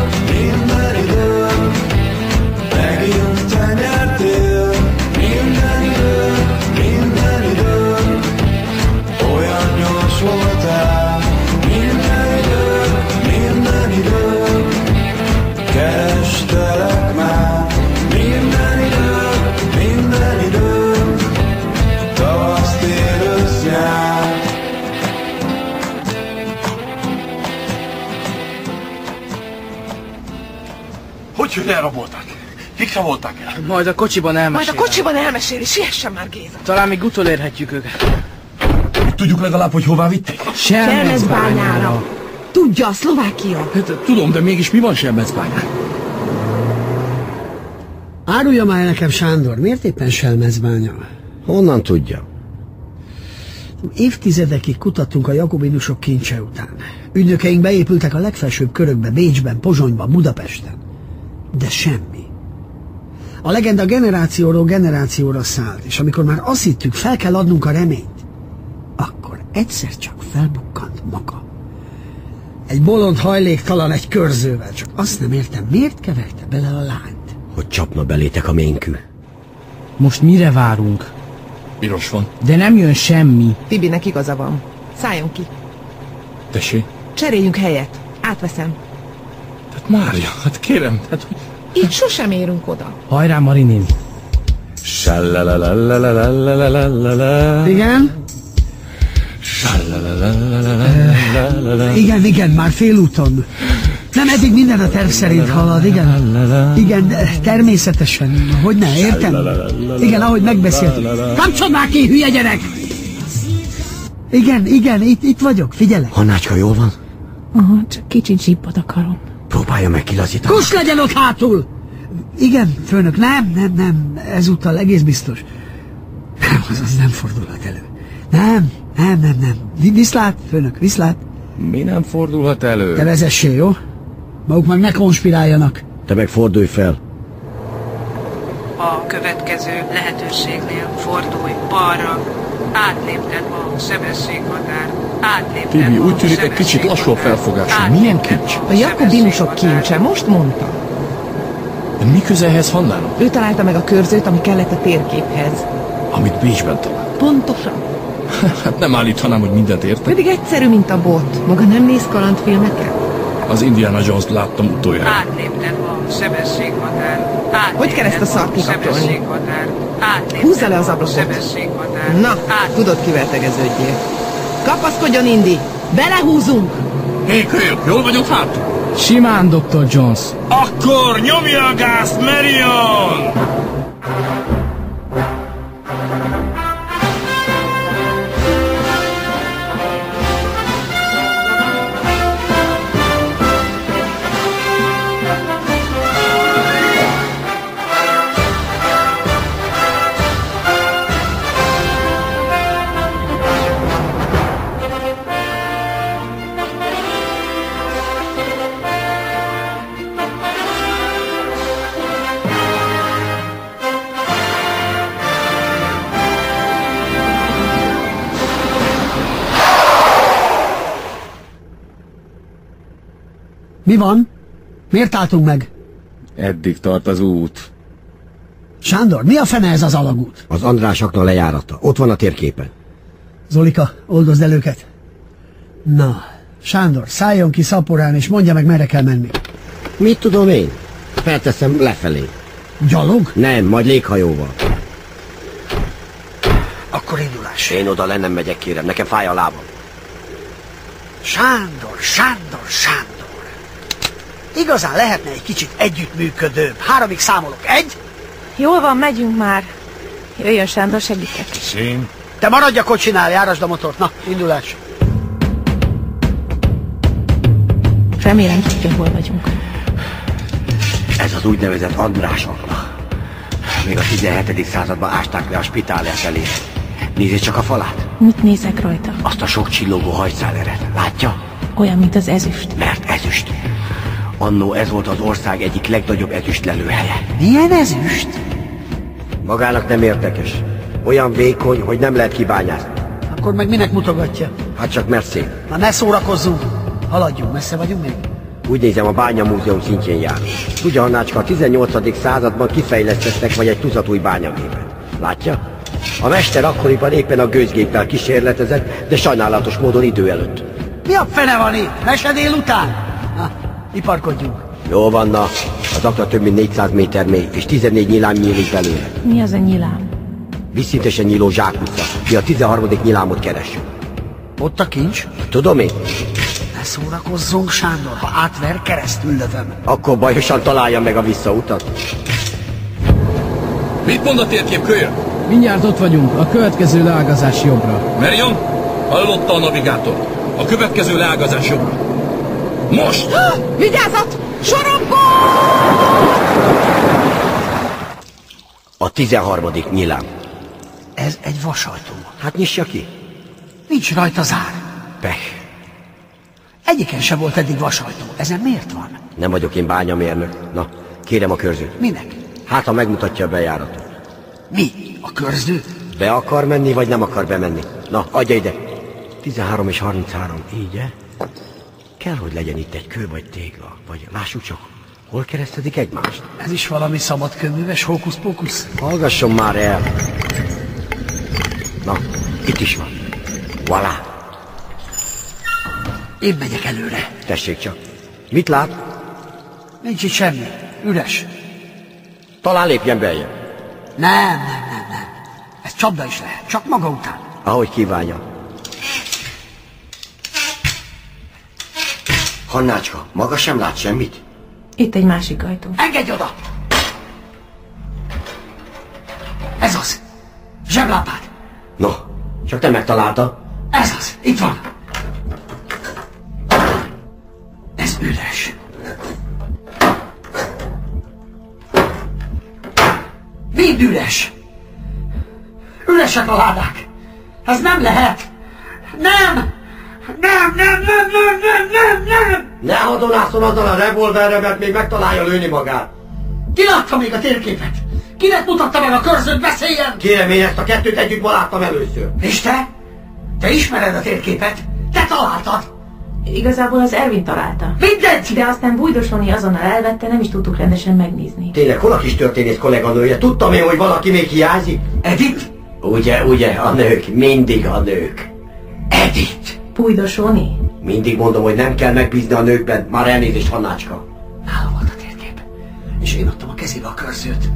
[SPEAKER 14] megint te nyertél. Minden idő, minden idő, olyan gyors voltál. Minden idő, minden idő, kerestelek már. Minden idő, minden idő, tavasz, tél, ősz, nyár.
[SPEAKER 16] Hogy, hogy elrabolták? Kikre voltak el?
[SPEAKER 6] Majd a kocsiban
[SPEAKER 21] Majd a
[SPEAKER 6] elmesélem.
[SPEAKER 21] kocsiban elmeséli, siessen már, Géza.
[SPEAKER 6] Talán még utolérhetjük őket.
[SPEAKER 16] Tudjuk legalább, hogy hová vitték?
[SPEAKER 21] Selmecbányára. Tudja, Szlovákia.
[SPEAKER 16] Hát, tudom, de mégis mi van Selmecbányán?
[SPEAKER 9] Árulja már el nekem, Sándor, miért éppen Selmezbánya?
[SPEAKER 4] Honnan tudja?
[SPEAKER 9] Évtizedekig kutattunk a jakobinusok kincse után. Ügynökeink beépültek a legfelsőbb körökbe, Bécsben, Pozsonyban, Budapesten. De semmi. A legenda generációról generációra szállt, és amikor már azt hittük, fel kell adnunk a reményt, akkor egyszer csak felbukkant maga. Egy bolond hajléktalan egy körzővel, csak azt nem értem, miért keverte bele a lányt.
[SPEAKER 5] Hogy csapna belétek a ménkű.
[SPEAKER 6] Most mire várunk?
[SPEAKER 16] Piros van.
[SPEAKER 6] De nem jön semmi.
[SPEAKER 21] Tibinek igaza van. Szálljon ki.
[SPEAKER 16] Tessék.
[SPEAKER 21] Cseréljünk helyet. Átveszem.
[SPEAKER 16] Hát Mária, hát kérem, hát hogy...
[SPEAKER 21] Itt sosem érünk oda.
[SPEAKER 6] Hajrá, Mariném!
[SPEAKER 9] Igen? Igen, igen, már félúton. Nem, eddig minden a terv szerint halad, igen. Igen, de természetesen. Hogy ne, értem? Igen, ahogy megbeszéltük. Hát, Kapcsolj már ki, hülye gyerek! Igen, igen, itt, itt vagyok, figyelek.
[SPEAKER 5] Hannácska jól van?
[SPEAKER 1] Aha, csak kicsit zsippot akarom.
[SPEAKER 5] Próbálja meg kilazítani.
[SPEAKER 9] Kus legyen ott hátul! Igen, főnök, nem, nem, nem, ezúttal egész biztos. Nem, az, az nem fordulhat elő. Nem, nem, nem, nem. Vi- Viszlát, főnök, viszlát.
[SPEAKER 22] Mi nem fordulhat elő?
[SPEAKER 9] Te vezessél, jó? Maguk meg ne konspiráljanak.
[SPEAKER 5] Te meg fordulj fel.
[SPEAKER 23] A következő lehetőségnél fordulj balra, átlépted a sebességhatár, átlépted
[SPEAKER 16] Tibi,
[SPEAKER 23] a
[SPEAKER 16] úgy tűnik egy
[SPEAKER 23] sebesség-
[SPEAKER 16] kicsit lassú a felfogásunk. Milyen kincs?
[SPEAKER 21] A jakobinusok kincse, most mondta.
[SPEAKER 16] De mi köze ehhez Hannának?
[SPEAKER 21] Ő találta meg a körzőt, ami kellett a térképhez.
[SPEAKER 16] Amit Bécsben talált.
[SPEAKER 21] Pontosan.
[SPEAKER 16] Hát nem állíthanám, hogy mindent értek.
[SPEAKER 21] Pedig egyszerű, mint a bot. Maga nem néz kalandfilmeket?
[SPEAKER 16] Az Indiana Jones-t láttam utoljára.
[SPEAKER 23] Átlépted a sebességhatár, átlépted
[SPEAKER 21] Hogy kell ezt a szart kikapcsolni? Húzza le az ablakot. Na, tudod, kivel tegeződjél. Kapaszkodjon, Indi! Belehúzunk!
[SPEAKER 16] Hé, kölyök, jól vagyok hát?
[SPEAKER 6] Simán, Dr. Jones.
[SPEAKER 16] Akkor nyomja a gázt, Merion!
[SPEAKER 9] Mi van? Miért álltunk meg?
[SPEAKER 22] Eddig tart az út.
[SPEAKER 9] Sándor, mi a fene ez az alagút?
[SPEAKER 5] Az Andrásaknak lejárata. Ott van a térképen.
[SPEAKER 9] Zolika, oldozd el őket. Na, Sándor, szálljon ki szaporán, és mondja meg, merre kell menni.
[SPEAKER 5] Mit tudom én? Felteszem lefelé.
[SPEAKER 9] Gyalog?
[SPEAKER 5] Nem, majd léghajóval.
[SPEAKER 9] Akkor indulás.
[SPEAKER 5] Én oda le nem megyek, kérem. Nekem fáj a lábam.
[SPEAKER 24] Sándor, Sándor, Sándor. Igazán lehetne egy kicsit együttműködőbb. Háromig számolok. Egy,
[SPEAKER 1] Jól van, megyünk már. Jöjjön Sándor, segítek.
[SPEAKER 16] Szén.
[SPEAKER 24] te maradj a kocsinál, járasd a motort. Na, indulás.
[SPEAKER 1] Remélem tudja, hol vagyunk.
[SPEAKER 5] Ez az úgynevezett Andrásaknak. Még a 17. században ásták le a spitália elé. Nézzék csak a falát.
[SPEAKER 1] Mit nézek rajta?
[SPEAKER 5] Azt a sok csillogó hajszáleret. Látja?
[SPEAKER 1] Olyan, mint az ezüst.
[SPEAKER 5] Mert ezüst. Annó ez volt az ország egyik legnagyobb ezüstlelőhelye.
[SPEAKER 9] Milyen ezüst?
[SPEAKER 5] Magának nem érdekes. Olyan vékony, hogy nem lehet kibányászni.
[SPEAKER 9] Akkor meg minek mutogatja?
[SPEAKER 5] Hát csak mert szép.
[SPEAKER 9] Na ne szórakozzunk! Haladjunk, messze vagyunk még?
[SPEAKER 5] Úgy nézem, a bányamúzeum szintjén jár. Tudja, Hannácska, a 18. században kifejlesztettek vagy egy tucat új bányagépet. Látja? A mester akkoriban éppen a gőzgéppel kísérletezett, de sajnálatos módon idő előtt.
[SPEAKER 24] Mi a fene van itt? Mese délután? Na, iparkodjunk.
[SPEAKER 5] Jó van, na, az akna több mint 400 méter mély, és 14 nyilám nyílik belőle.
[SPEAKER 1] Mi az a nyilám?
[SPEAKER 5] Vízszintesen nyíló zsákutca. Mi a 13. nyilámot keresünk.
[SPEAKER 24] Ott a kincs?
[SPEAKER 5] Tudom én?
[SPEAKER 24] Ne szórakozzunk, Sándor. Ha átver, keresztül lövöm.
[SPEAKER 5] Akkor bajosan találja meg a visszautat.
[SPEAKER 16] Mit mond a térkép, kölyök?
[SPEAKER 6] Mindjárt ott vagyunk, a következő leágazás jobbra.
[SPEAKER 16] Merion, hallotta a navigátor. A következő leágazás jobbra. Most!
[SPEAKER 21] Vigyázat! Sorompó!
[SPEAKER 5] A 13. nyilám.
[SPEAKER 24] Ez egy vasajtó.
[SPEAKER 5] Hát nyissa ki.
[SPEAKER 9] Nincs rajta zár. Pech. Egyiken se volt eddig vasajtó. Ezen miért van?
[SPEAKER 5] Nem vagyok én bányamérnök. Na, kérem a körzőt.
[SPEAKER 9] Minek?
[SPEAKER 5] Hát, ha megmutatja a bejáratot.
[SPEAKER 9] Mi? A körző?
[SPEAKER 5] Be akar menni, vagy nem akar bemenni? Na, adja ide. 13 és 33, így, eh? Kell, hogy legyen itt egy kő vagy tégla, vagy lássuk csak, hol keresztedik egymást?
[SPEAKER 9] Ez is valami szabadkőműves hókusz-pókusz.
[SPEAKER 5] Hallgasson már el! Na, itt is van. Voilà,
[SPEAKER 9] Én megyek előre.
[SPEAKER 5] tessék csak. Mit lát?
[SPEAKER 9] Nincs itt semmi. Üres.
[SPEAKER 5] Talán lépjen beljebb,
[SPEAKER 9] Nem, nem, nem, nem. Ez csapda is lehet. Csak maga után.
[SPEAKER 5] ahogy kívánja. Hannácska, maga sem lát semmit?
[SPEAKER 1] Itt egy másik ajtó.
[SPEAKER 9] Engedj oda! Ez az! Zseblápád!
[SPEAKER 5] No, csak te megtalálta.
[SPEAKER 9] Ez az! Itt van! Ez üres. Mind üres! Üresek a ládák! Ez nem lehet! Nem! Nem, nem, nem, nem, nem, nem, nem!
[SPEAKER 5] Ne hadonászon azzal a revolverre, mert még megtalálja lőni magát.
[SPEAKER 9] Ki látta még a térképet? Kinek mutatta meg a körzőt, beszéljen!
[SPEAKER 5] Kérem, én ezt a kettőt együtt ma láttam először.
[SPEAKER 9] És te? Te ismered a térképet? Te találtad!
[SPEAKER 1] Igazából az Ervin találta.
[SPEAKER 9] Mindegy!
[SPEAKER 1] De aztán Bújdosoni azonnal elvette, nem is tudtuk rendesen megnézni.
[SPEAKER 5] Tényleg, hol a kis történész kolléganője? Tudtam én, hogy valaki még hiányzik.
[SPEAKER 9] Edith?
[SPEAKER 5] Ugye, ugye, a nők, mindig a nők.
[SPEAKER 9] Edith!
[SPEAKER 1] Bújdosoni?
[SPEAKER 5] Mindig mondom, hogy nem kell megbízni a nőkben. Már elnézést, Hannácska.
[SPEAKER 9] És én adtam a kezébe a körzőt.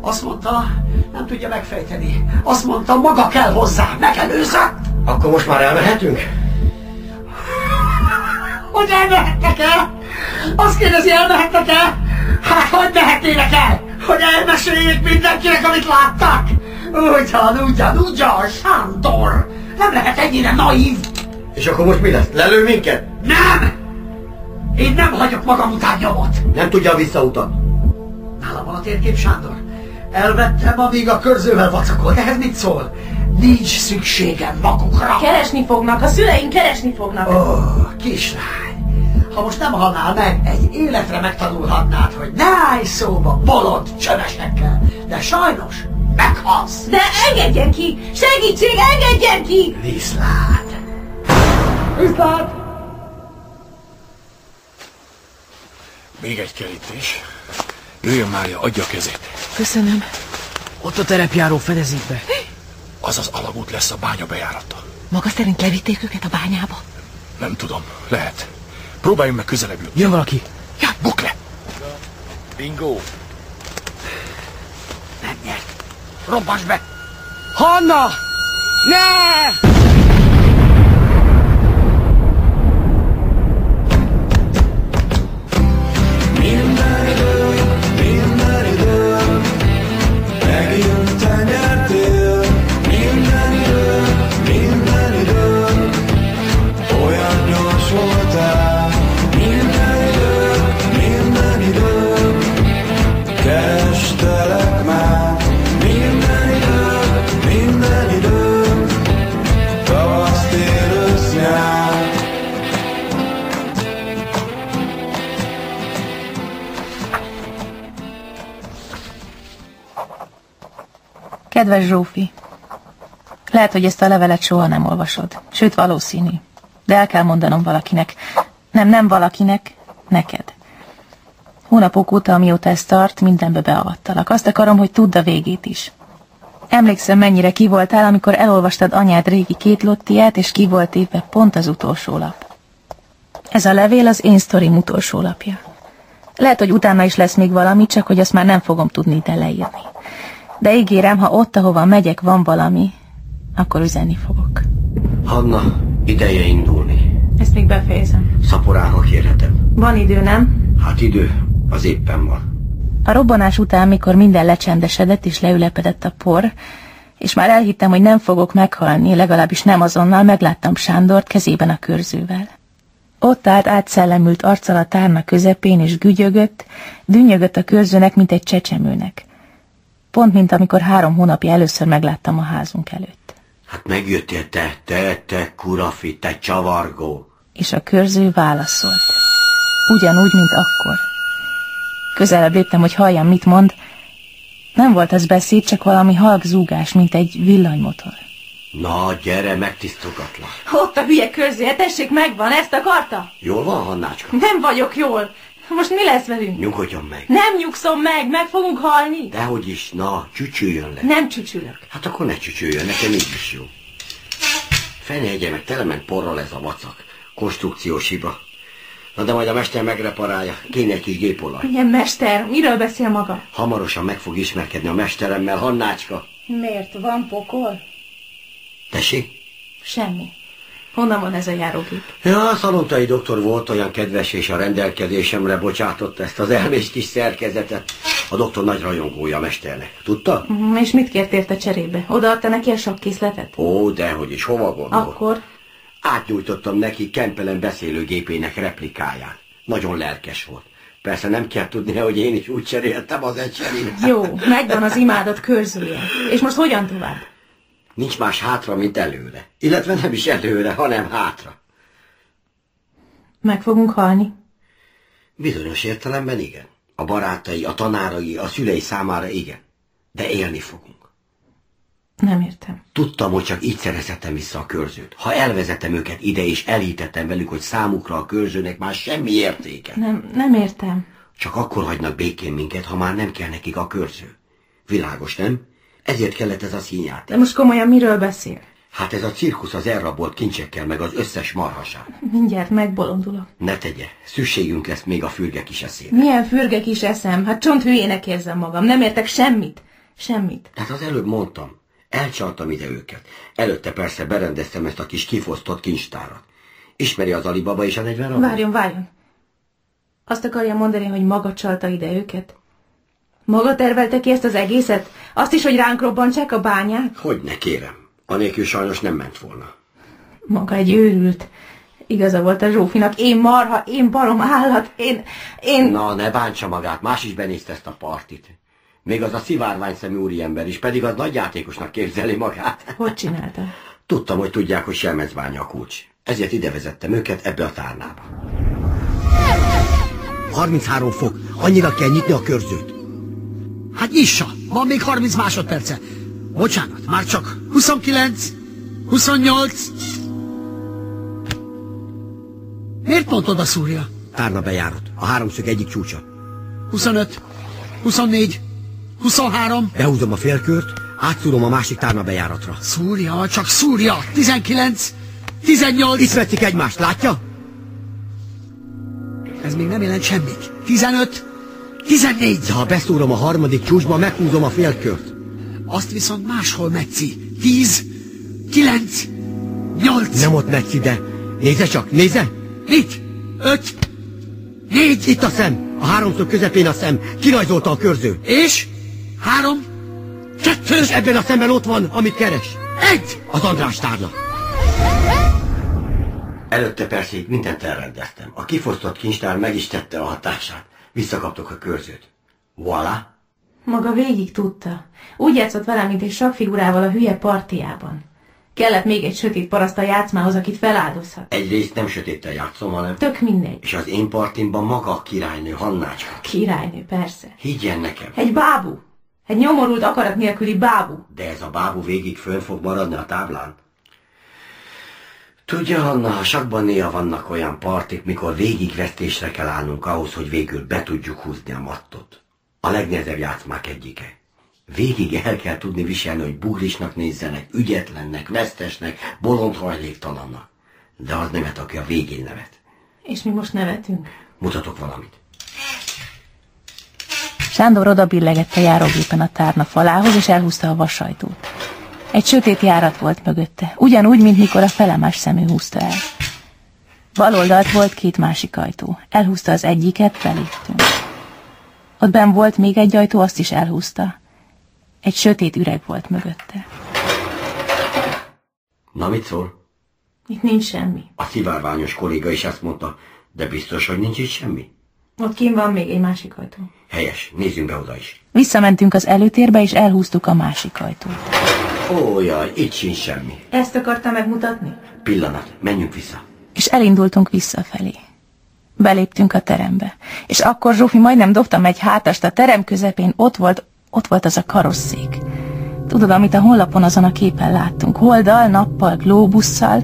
[SPEAKER 9] Azt mondta, nem tudja megfejteni. Azt mondta, maga kell hozzá, megelőzött!
[SPEAKER 5] Akkor most már elmehetünk?
[SPEAKER 9] Hogy elmehettek el? Azt kérdezi, elmehettek el? Hát, hogy mehetnének el? Hogy elmeséljék mindenkinek, amit láttak? Ugyan, ugyan, ugyan, Sándor! Nem lehet ennyire naív!
[SPEAKER 5] És akkor most mi lesz? Lelő minket?
[SPEAKER 9] Nem! Én nem hagyok magam után nyomot!
[SPEAKER 5] Nem tudja a visszautat.
[SPEAKER 9] Nálam van a térkép, Sándor. Elvettem, amíg a körzővel vacakolt. Ehhez mit szól? Nincs szükségem magukra.
[SPEAKER 1] Keresni fognak, a szüleink keresni fognak.
[SPEAKER 9] Oh, kislány, ha most nem halnál meg, egy életre megtanulhatnád, hogy ne állj szóba bolond csövesekkel. De sajnos, meghalsz.
[SPEAKER 1] De engedjen ki! Segítség, engedjen ki!
[SPEAKER 9] Viszlát! Viszlát!
[SPEAKER 16] Még egy kerítés. Jöjjön Mária, adja a kezét.
[SPEAKER 6] Köszönöm. Ott a terepjáró fedezik be.
[SPEAKER 16] Az az alagút lesz a bánya bejárata.
[SPEAKER 6] Maga szerint levitték őket a bányába?
[SPEAKER 16] Nem tudom, lehet. Próbáljunk meg közelebb jutni.
[SPEAKER 6] Jön valaki.
[SPEAKER 16] Bingo!
[SPEAKER 9] Nem nyert. Robbass be! Hanna!
[SPEAKER 25] Ne!
[SPEAKER 14] Minden idő, megint te nyertél. Minden idő, minden idő, olyan gyors voltál. Minden idő, minden idő, kerestelek már. Minden idő, minden idő, tavasz, tél, ősz, nyár.
[SPEAKER 1] Kedves Zsófi, lehet, hogy ezt a levelet soha nem olvasod. Sőt, valószínű. De el kell mondanom valakinek. Nem, nem valakinek, neked. Hónapok óta, amióta ez tart, mindenbe beavattalak. Azt akarom, hogy tudd a végét is. Emlékszem, mennyire ki voltál, amikor elolvastad anyád régi két lottiát, és ki volt éve pont az utolsó lap. Ez a levél az én sztorim utolsó lapja. Lehet, hogy utána is lesz még valami, csak hogy azt már nem fogom tudni ide leírni. De ígérem, ha ott, ahova megyek, van valami, akkor üzenni fogok.
[SPEAKER 5] Hanna, ideje indulni.
[SPEAKER 1] Ezt még befejezem.
[SPEAKER 5] Szaporánha kérhetem.
[SPEAKER 1] Van idő, nem?
[SPEAKER 5] Hát idő, az éppen van.
[SPEAKER 1] A robbanás után, mikor minden lecsendesedett és leülepedett a por, és már elhittem, hogy nem fogok meghalni, legalábbis nem azonnal, megláttam Sándort kezében a körzővel. Ott állt átszellemült arccal a tárna közepén, és gügyögött, dünnyögött a körzőnek, mint egy csecsemőnek. Pont, mint amikor három hónapja először megláttam a házunk előtt.
[SPEAKER 5] Hát megjöttél te, te, te kurafi, te csavargó.
[SPEAKER 26] és a körző válaszolt. Ugyanúgy, mint akkor. Közelebb léptem, hogy halljam, mit mond. Nem volt ez beszéd, csak valami halk zúgás, mint egy villanymotor.
[SPEAKER 5] Na, gyere, megtisztogatlak.
[SPEAKER 1] Ott a hülye körző, hát tessék, megvan, ezt akarta?
[SPEAKER 5] Jól van, Hannácska?
[SPEAKER 1] Nem vagyok jól. Most mi lesz velünk?
[SPEAKER 5] Nyugodjon meg.
[SPEAKER 1] Nem nyugszom meg, meg fogunk halni.
[SPEAKER 5] Dehogy is, na, csücsüljön le.
[SPEAKER 1] Nem csücsülök.
[SPEAKER 5] Hát akkor ne csücsüljön, nekem így is jó. Fenyegye meg, tele ment porral ez a vacak. Konstrukciós hiba. Na de majd a mester megreparálja. Kéne egy kis gépolaj.
[SPEAKER 1] Milyen mester, miről beszél maga?
[SPEAKER 5] Hamarosan meg fog ismerkedni a mesteremmel, Hannácska.
[SPEAKER 1] Miért? Van pokol?
[SPEAKER 5] Tessék?
[SPEAKER 1] Semmi. Honnan van ez a járógép?
[SPEAKER 5] Ja, a szalontai doktor volt olyan kedves, és a rendelkezésemre bocsátott ezt az elmés kis szerkezetet. A doktor nagy rajongója a mesternek. Tudta?
[SPEAKER 1] Mhm, És mit kért érte cserébe? Odaadta neki a sok készletet?
[SPEAKER 5] Ó, dehogy is, hova gondol?
[SPEAKER 1] Akkor
[SPEAKER 5] Átnyújtottam neki Kempelen beszélőgépének replikáját. Nagyon lelkes volt. Persze nem kell tudni, hogy én is úgy cseréltem az egy cserét.
[SPEAKER 1] jó, megvan az imádott körzője. És most hogyan tovább?
[SPEAKER 5] Nincs más hátra, mint előre. Illetve nem is előre, hanem hátra.
[SPEAKER 1] Meg fogunk halni.
[SPEAKER 5] Bizonyos értelemben igen. A barátai, a tanárai, a szülei számára igen. De élni fogunk.
[SPEAKER 1] Nem értem.
[SPEAKER 5] Tudtam, hogy csak így szerezhetem vissza a körzőt. Ha elvezetem őket ide, és elítettem velük, hogy számukra a körzőnek már semmi értéke.
[SPEAKER 1] Nem, nem értem.
[SPEAKER 5] Csak akkor hagynak békén minket, ha már nem kell nekik a körző. Világos, nem? Ezért kellett ez a színját.
[SPEAKER 1] De most komolyan miről beszél?
[SPEAKER 5] Hát ez a cirkusz az elrabolt kincsekkel, meg az összes marhasát.
[SPEAKER 1] Mindjárt megbolondulok.
[SPEAKER 5] Ne tegye, szükségünk lesz még a fürge kis eszébe.
[SPEAKER 1] Milyen fürgek is eszem? Hát csont hülyének érzem magam. Nem értek semmit. Semmit.
[SPEAKER 5] Tehát az előbb mondtam, elcsaltam ide őket. Előtte persze berendeztem ezt a kis kifosztott kincstárat. Ismeri az Alibaba és a 40 rabot?
[SPEAKER 1] Várjon, várjon. Azt akarja mondani, hogy maga csalta ide őket? Maga tervelte ki ezt az egészet? Azt is, hogy ránk robbantsák a bányát?
[SPEAKER 5] Hogy ne kérem. Anélkül sajnos nem ment volna.
[SPEAKER 1] Maga egy őrült. Igaza volt a Zsófinak. Én marha, én barom állat, én... én...
[SPEAKER 5] Na, ne bántsa magát, más is benézte ezt a partit. Még az a szivárvány szemű úriember is, pedig az nagy játékosnak képzeli magát.
[SPEAKER 1] Hogy csinálta?
[SPEAKER 5] Tudtam, hogy tudják, hogy selmezbánya a kulcs. Ezért ide vezettem őket ebbe a tárnába.
[SPEAKER 9] 33 fok. Annyira kell nyitni a körzőt. Hát nyissa! Van még 30 másodperce. Bocsánat, már csak 29, 28. Miért pont oda szúrja?
[SPEAKER 5] Tárna bejárat, a háromszög egyik csúcsa.
[SPEAKER 9] 25, 24, 23.
[SPEAKER 5] Behúzom a félkört, átszúrom a másik tárna bejáratra.
[SPEAKER 9] Szúrja, csak szúrja! 19, 18. Itt
[SPEAKER 5] vetik egymást, látja?
[SPEAKER 9] Ez még nem jelent semmit. 15, 14.
[SPEAKER 5] De ha beszúrom a harmadik csúcsba, meghúzom a félkört.
[SPEAKER 9] Azt viszont máshol metszi. 10, 9, 8.
[SPEAKER 5] Nem ott metsz ide. Nézze csak, nézze!
[SPEAKER 9] Mit? 5,
[SPEAKER 5] Négy, itt a szem! A háromszög közepén a szem. Kirajzolta a körző.
[SPEAKER 9] És? Három?
[SPEAKER 5] Kettő! És ebben a szemben ott van, amit keres.
[SPEAKER 9] Egy!
[SPEAKER 5] Az András tárna. Előtte persze itt mindent elrendeztem. A kifosztott kincstár meg is tette a hatását. Visszakaptok a körzőt. Voilà!
[SPEAKER 1] Maga végig tudta. Úgy játszott velem, mint egy sakfigurával a hülye partiában. Kellett még egy sötét paraszt a játszmához, akit feláldozhat.
[SPEAKER 5] Egyrészt nem sötéttel játszom, hanem...
[SPEAKER 1] Tök mindegy.
[SPEAKER 5] És az én partimban maga a királynő, Hannácska.
[SPEAKER 1] Királynő, persze.
[SPEAKER 5] Higgyen nekem,
[SPEAKER 1] Egy bábú. Egy nyomorult akarat nélküli bábú.
[SPEAKER 5] de ez a bábú végig fönn fog maradni a táblán. Tudja, Hanna, a sakban néha vannak olyan partik, mikor végigvesztésre kell állnunk ahhoz, hogy végül be tudjuk húzni a mattot. A legnehezebb játszmák egyike. Végig el kell tudni viselni, hogy bugrisnak nézzenek, ügyetlennek, vesztesnek, bolond hajléktalannak. De az nevet, aki a végén nevet.
[SPEAKER 1] És mi most nevetünk?
[SPEAKER 5] Mutatok valamit.
[SPEAKER 26] Sándor oda billegett a járógépen a tárna falához, és elhúzta a vasajtót. Egy sötét járat volt mögötte, ugyanúgy, mint mikor a felemás szemű húzta el. Bal oldalt volt két másik ajtó. Elhúzta az egyiket, beléptünk. Ott benn volt még egy ajtó, azt is elhúzta. Egy sötét üreg volt mögötte.
[SPEAKER 5] Na, mit szól?
[SPEAKER 1] Itt nincs semmi.
[SPEAKER 5] A szivárványos kolléga is ezt mondta, de biztos, hogy nincs itt semmi?
[SPEAKER 1] Ott kim van még egy másik ajtó.
[SPEAKER 5] Helyes, nézzünk be oda is.
[SPEAKER 26] Visszamentünk az előtérbe, és elhúztuk a másik ajtót.
[SPEAKER 5] Ó, jaj, itt sincs semmi.
[SPEAKER 18] Ezt akarta megmutatni?
[SPEAKER 5] Pillanat, menjünk vissza.
[SPEAKER 1] és elindultunk visszafelé. Beléptünk a terembe, és akkor Zsófi majdnem dobtam egy hátast, a terem közepén ott volt, ott volt az a karosszék. Tudod, amit a honlapon azon a képen láttunk, holdal, nappal, glóbusszal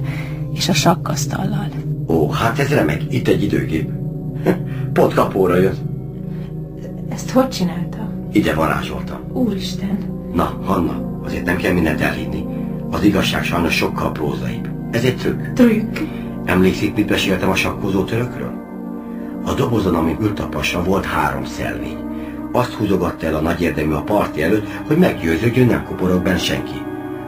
[SPEAKER 1] és a sakkasztallal.
[SPEAKER 5] Ó, hát ez remek, itt egy időgép. Pont kapóra jön.
[SPEAKER 18] Ezt hogy csinálta?
[SPEAKER 5] Ide varázsoltam.
[SPEAKER 18] Úristen!
[SPEAKER 5] Na, Hanna, azért nem kell mindent elhinni. Az igazság sajnos sokkal prózaibb. Ez egy trükk.
[SPEAKER 18] Trükk!
[SPEAKER 5] Emlékszik, mit meséltem a sakkozó törökről? A dobozon, amin ült a pasa, volt három szelvény. Azt húzogatta el a nagy érdemű a parti előtt, hogy meggyőződjön, nem kuporog benne senki.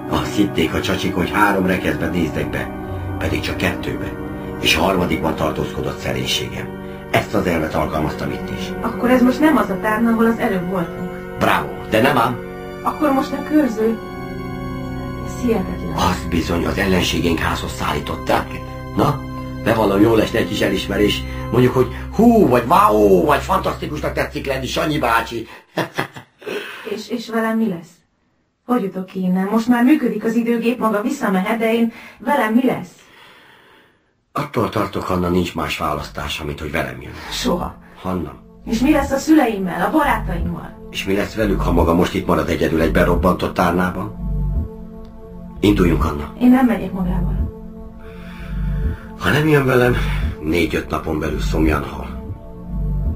[SPEAKER 5] Azt hitték a csacsik, hogy három rekeszbe néznek be, pedig csak kettőbe. És a harmadikban tartózkodott szerénységem. Ezt az elvet alkalmaztam itt is.
[SPEAKER 18] Akkor ez most nem az a tárna, ahol az előbb voltunk.
[SPEAKER 5] Bravo, de nem ám.
[SPEAKER 18] Akkor most a körző. Ez hihetetlen.
[SPEAKER 5] Azt bizony az ellenségénk házhoz szállították. Na, bevallom, jól esne egy kis elismerés. Mondjuk, hogy hú, vagy váó, vagy fantasztikusnak tetszik lenni, Sanyi bácsi.
[SPEAKER 18] És, és velem mi lesz? Hogy jutok ki innen? Most már működik az időgép, maga visszamehet, de én velem mi lesz?
[SPEAKER 5] Attól tartok, Hanna, nincs más választása, mint hogy velem jön.
[SPEAKER 18] Soha.
[SPEAKER 5] Hanna,
[SPEAKER 18] És mi lesz a szüleimmel, a barátaimmal?
[SPEAKER 5] és mi lesz velük, ha maga most itt marad egyedül egy berobbantott tárnában? Induljunk, Hanna.
[SPEAKER 18] Én nem megyek magával.
[SPEAKER 5] Ha nem jön velem, négy-öt napon belül szomjan hal.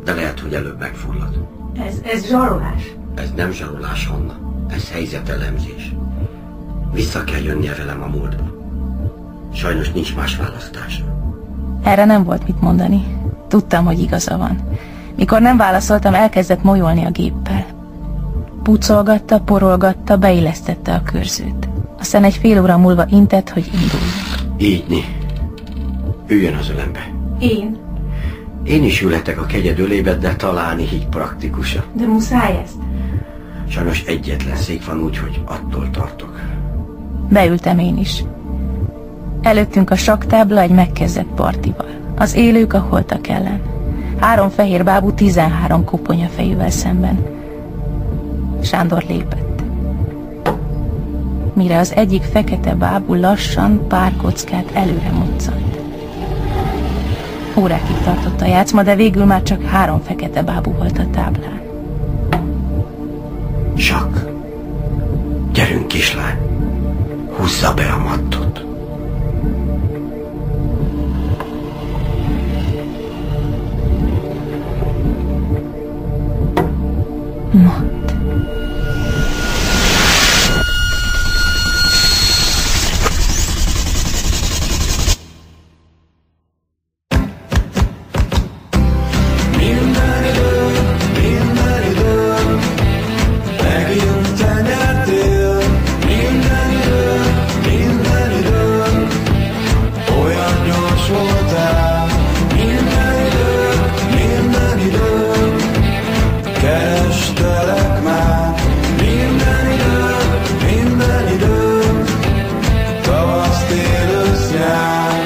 [SPEAKER 5] De lehet, hogy előbb megfullad.
[SPEAKER 18] Ez, ez zsarolás.
[SPEAKER 5] Ez nem zsarolás, Hanna. Ez helyzetelemzés. Vissza kell jönnie velem a múltba. Sajnos nincs más választás.
[SPEAKER 1] Erre nem volt mit mondani. Tudtam, hogy igaza van. Mikor nem válaszoltam, elkezdett molyolni a géppel. Pucolgatta, porolgatta, beillesztette a körzőt. Aztán egy fél óra múlva intett, hogy induljunk.
[SPEAKER 5] Így, Ni. Üljön az ölembe.
[SPEAKER 18] Én?
[SPEAKER 5] Én is ülhetek a kegyed ölébe, de talán így praktikusabb.
[SPEAKER 18] De muszáj ezt.
[SPEAKER 5] Sajnos egyetlen szék van, úgyhogy attól tartok.
[SPEAKER 1] Beültem én is. Előttünk a saktábla egy megkezdett partival. Az élők a holtak ellen. Három fehér bábú 13 koponya fejűvel szemben. Sándor lépett. Mire az egyik fekete bábú lassan pár kockát előre moccant. Órákig tartott a játszma, de végül már csak három fekete bábú volt a táblán.
[SPEAKER 5] Sak. Gyerünk, kislány. Húzza be a mattot.
[SPEAKER 1] Mond.
[SPEAKER 14] Minden idő, megint te nyertél. Minden idő, minden idő, olyan gyors voltál. Minden idő, minden idő, kerestelek már. Minden idő, minden idő, tavasz, tél, ősz, nyár.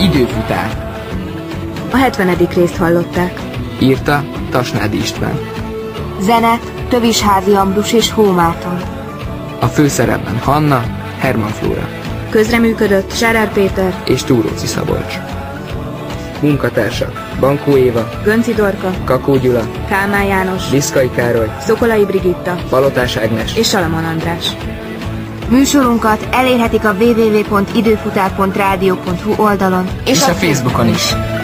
[SPEAKER 7] Időfutár.
[SPEAKER 8] A 70. részt hallották.
[SPEAKER 7] Írta Tasnádi István.
[SPEAKER 8] Zenet, Tövisházi Ambrus és Hómáton.
[SPEAKER 7] A főszerepben Hanna, Herman Flóra
[SPEAKER 8] Közreműködött Zsárár Péter,
[SPEAKER 7] és Túróci Szabolcs. Munkatársak Bankó Éva,
[SPEAKER 8] Gönci Dorka,
[SPEAKER 7] Kakó Gyula,
[SPEAKER 8] Kálmán János,
[SPEAKER 7] Liszkai Károly,
[SPEAKER 8] Szokolai Brigitta
[SPEAKER 7] Palotás Ágnes
[SPEAKER 8] és Salamon András. Műsorunkat elérhetik a www.időfutár.rádió.hu oldalon
[SPEAKER 7] és a Facebookon is.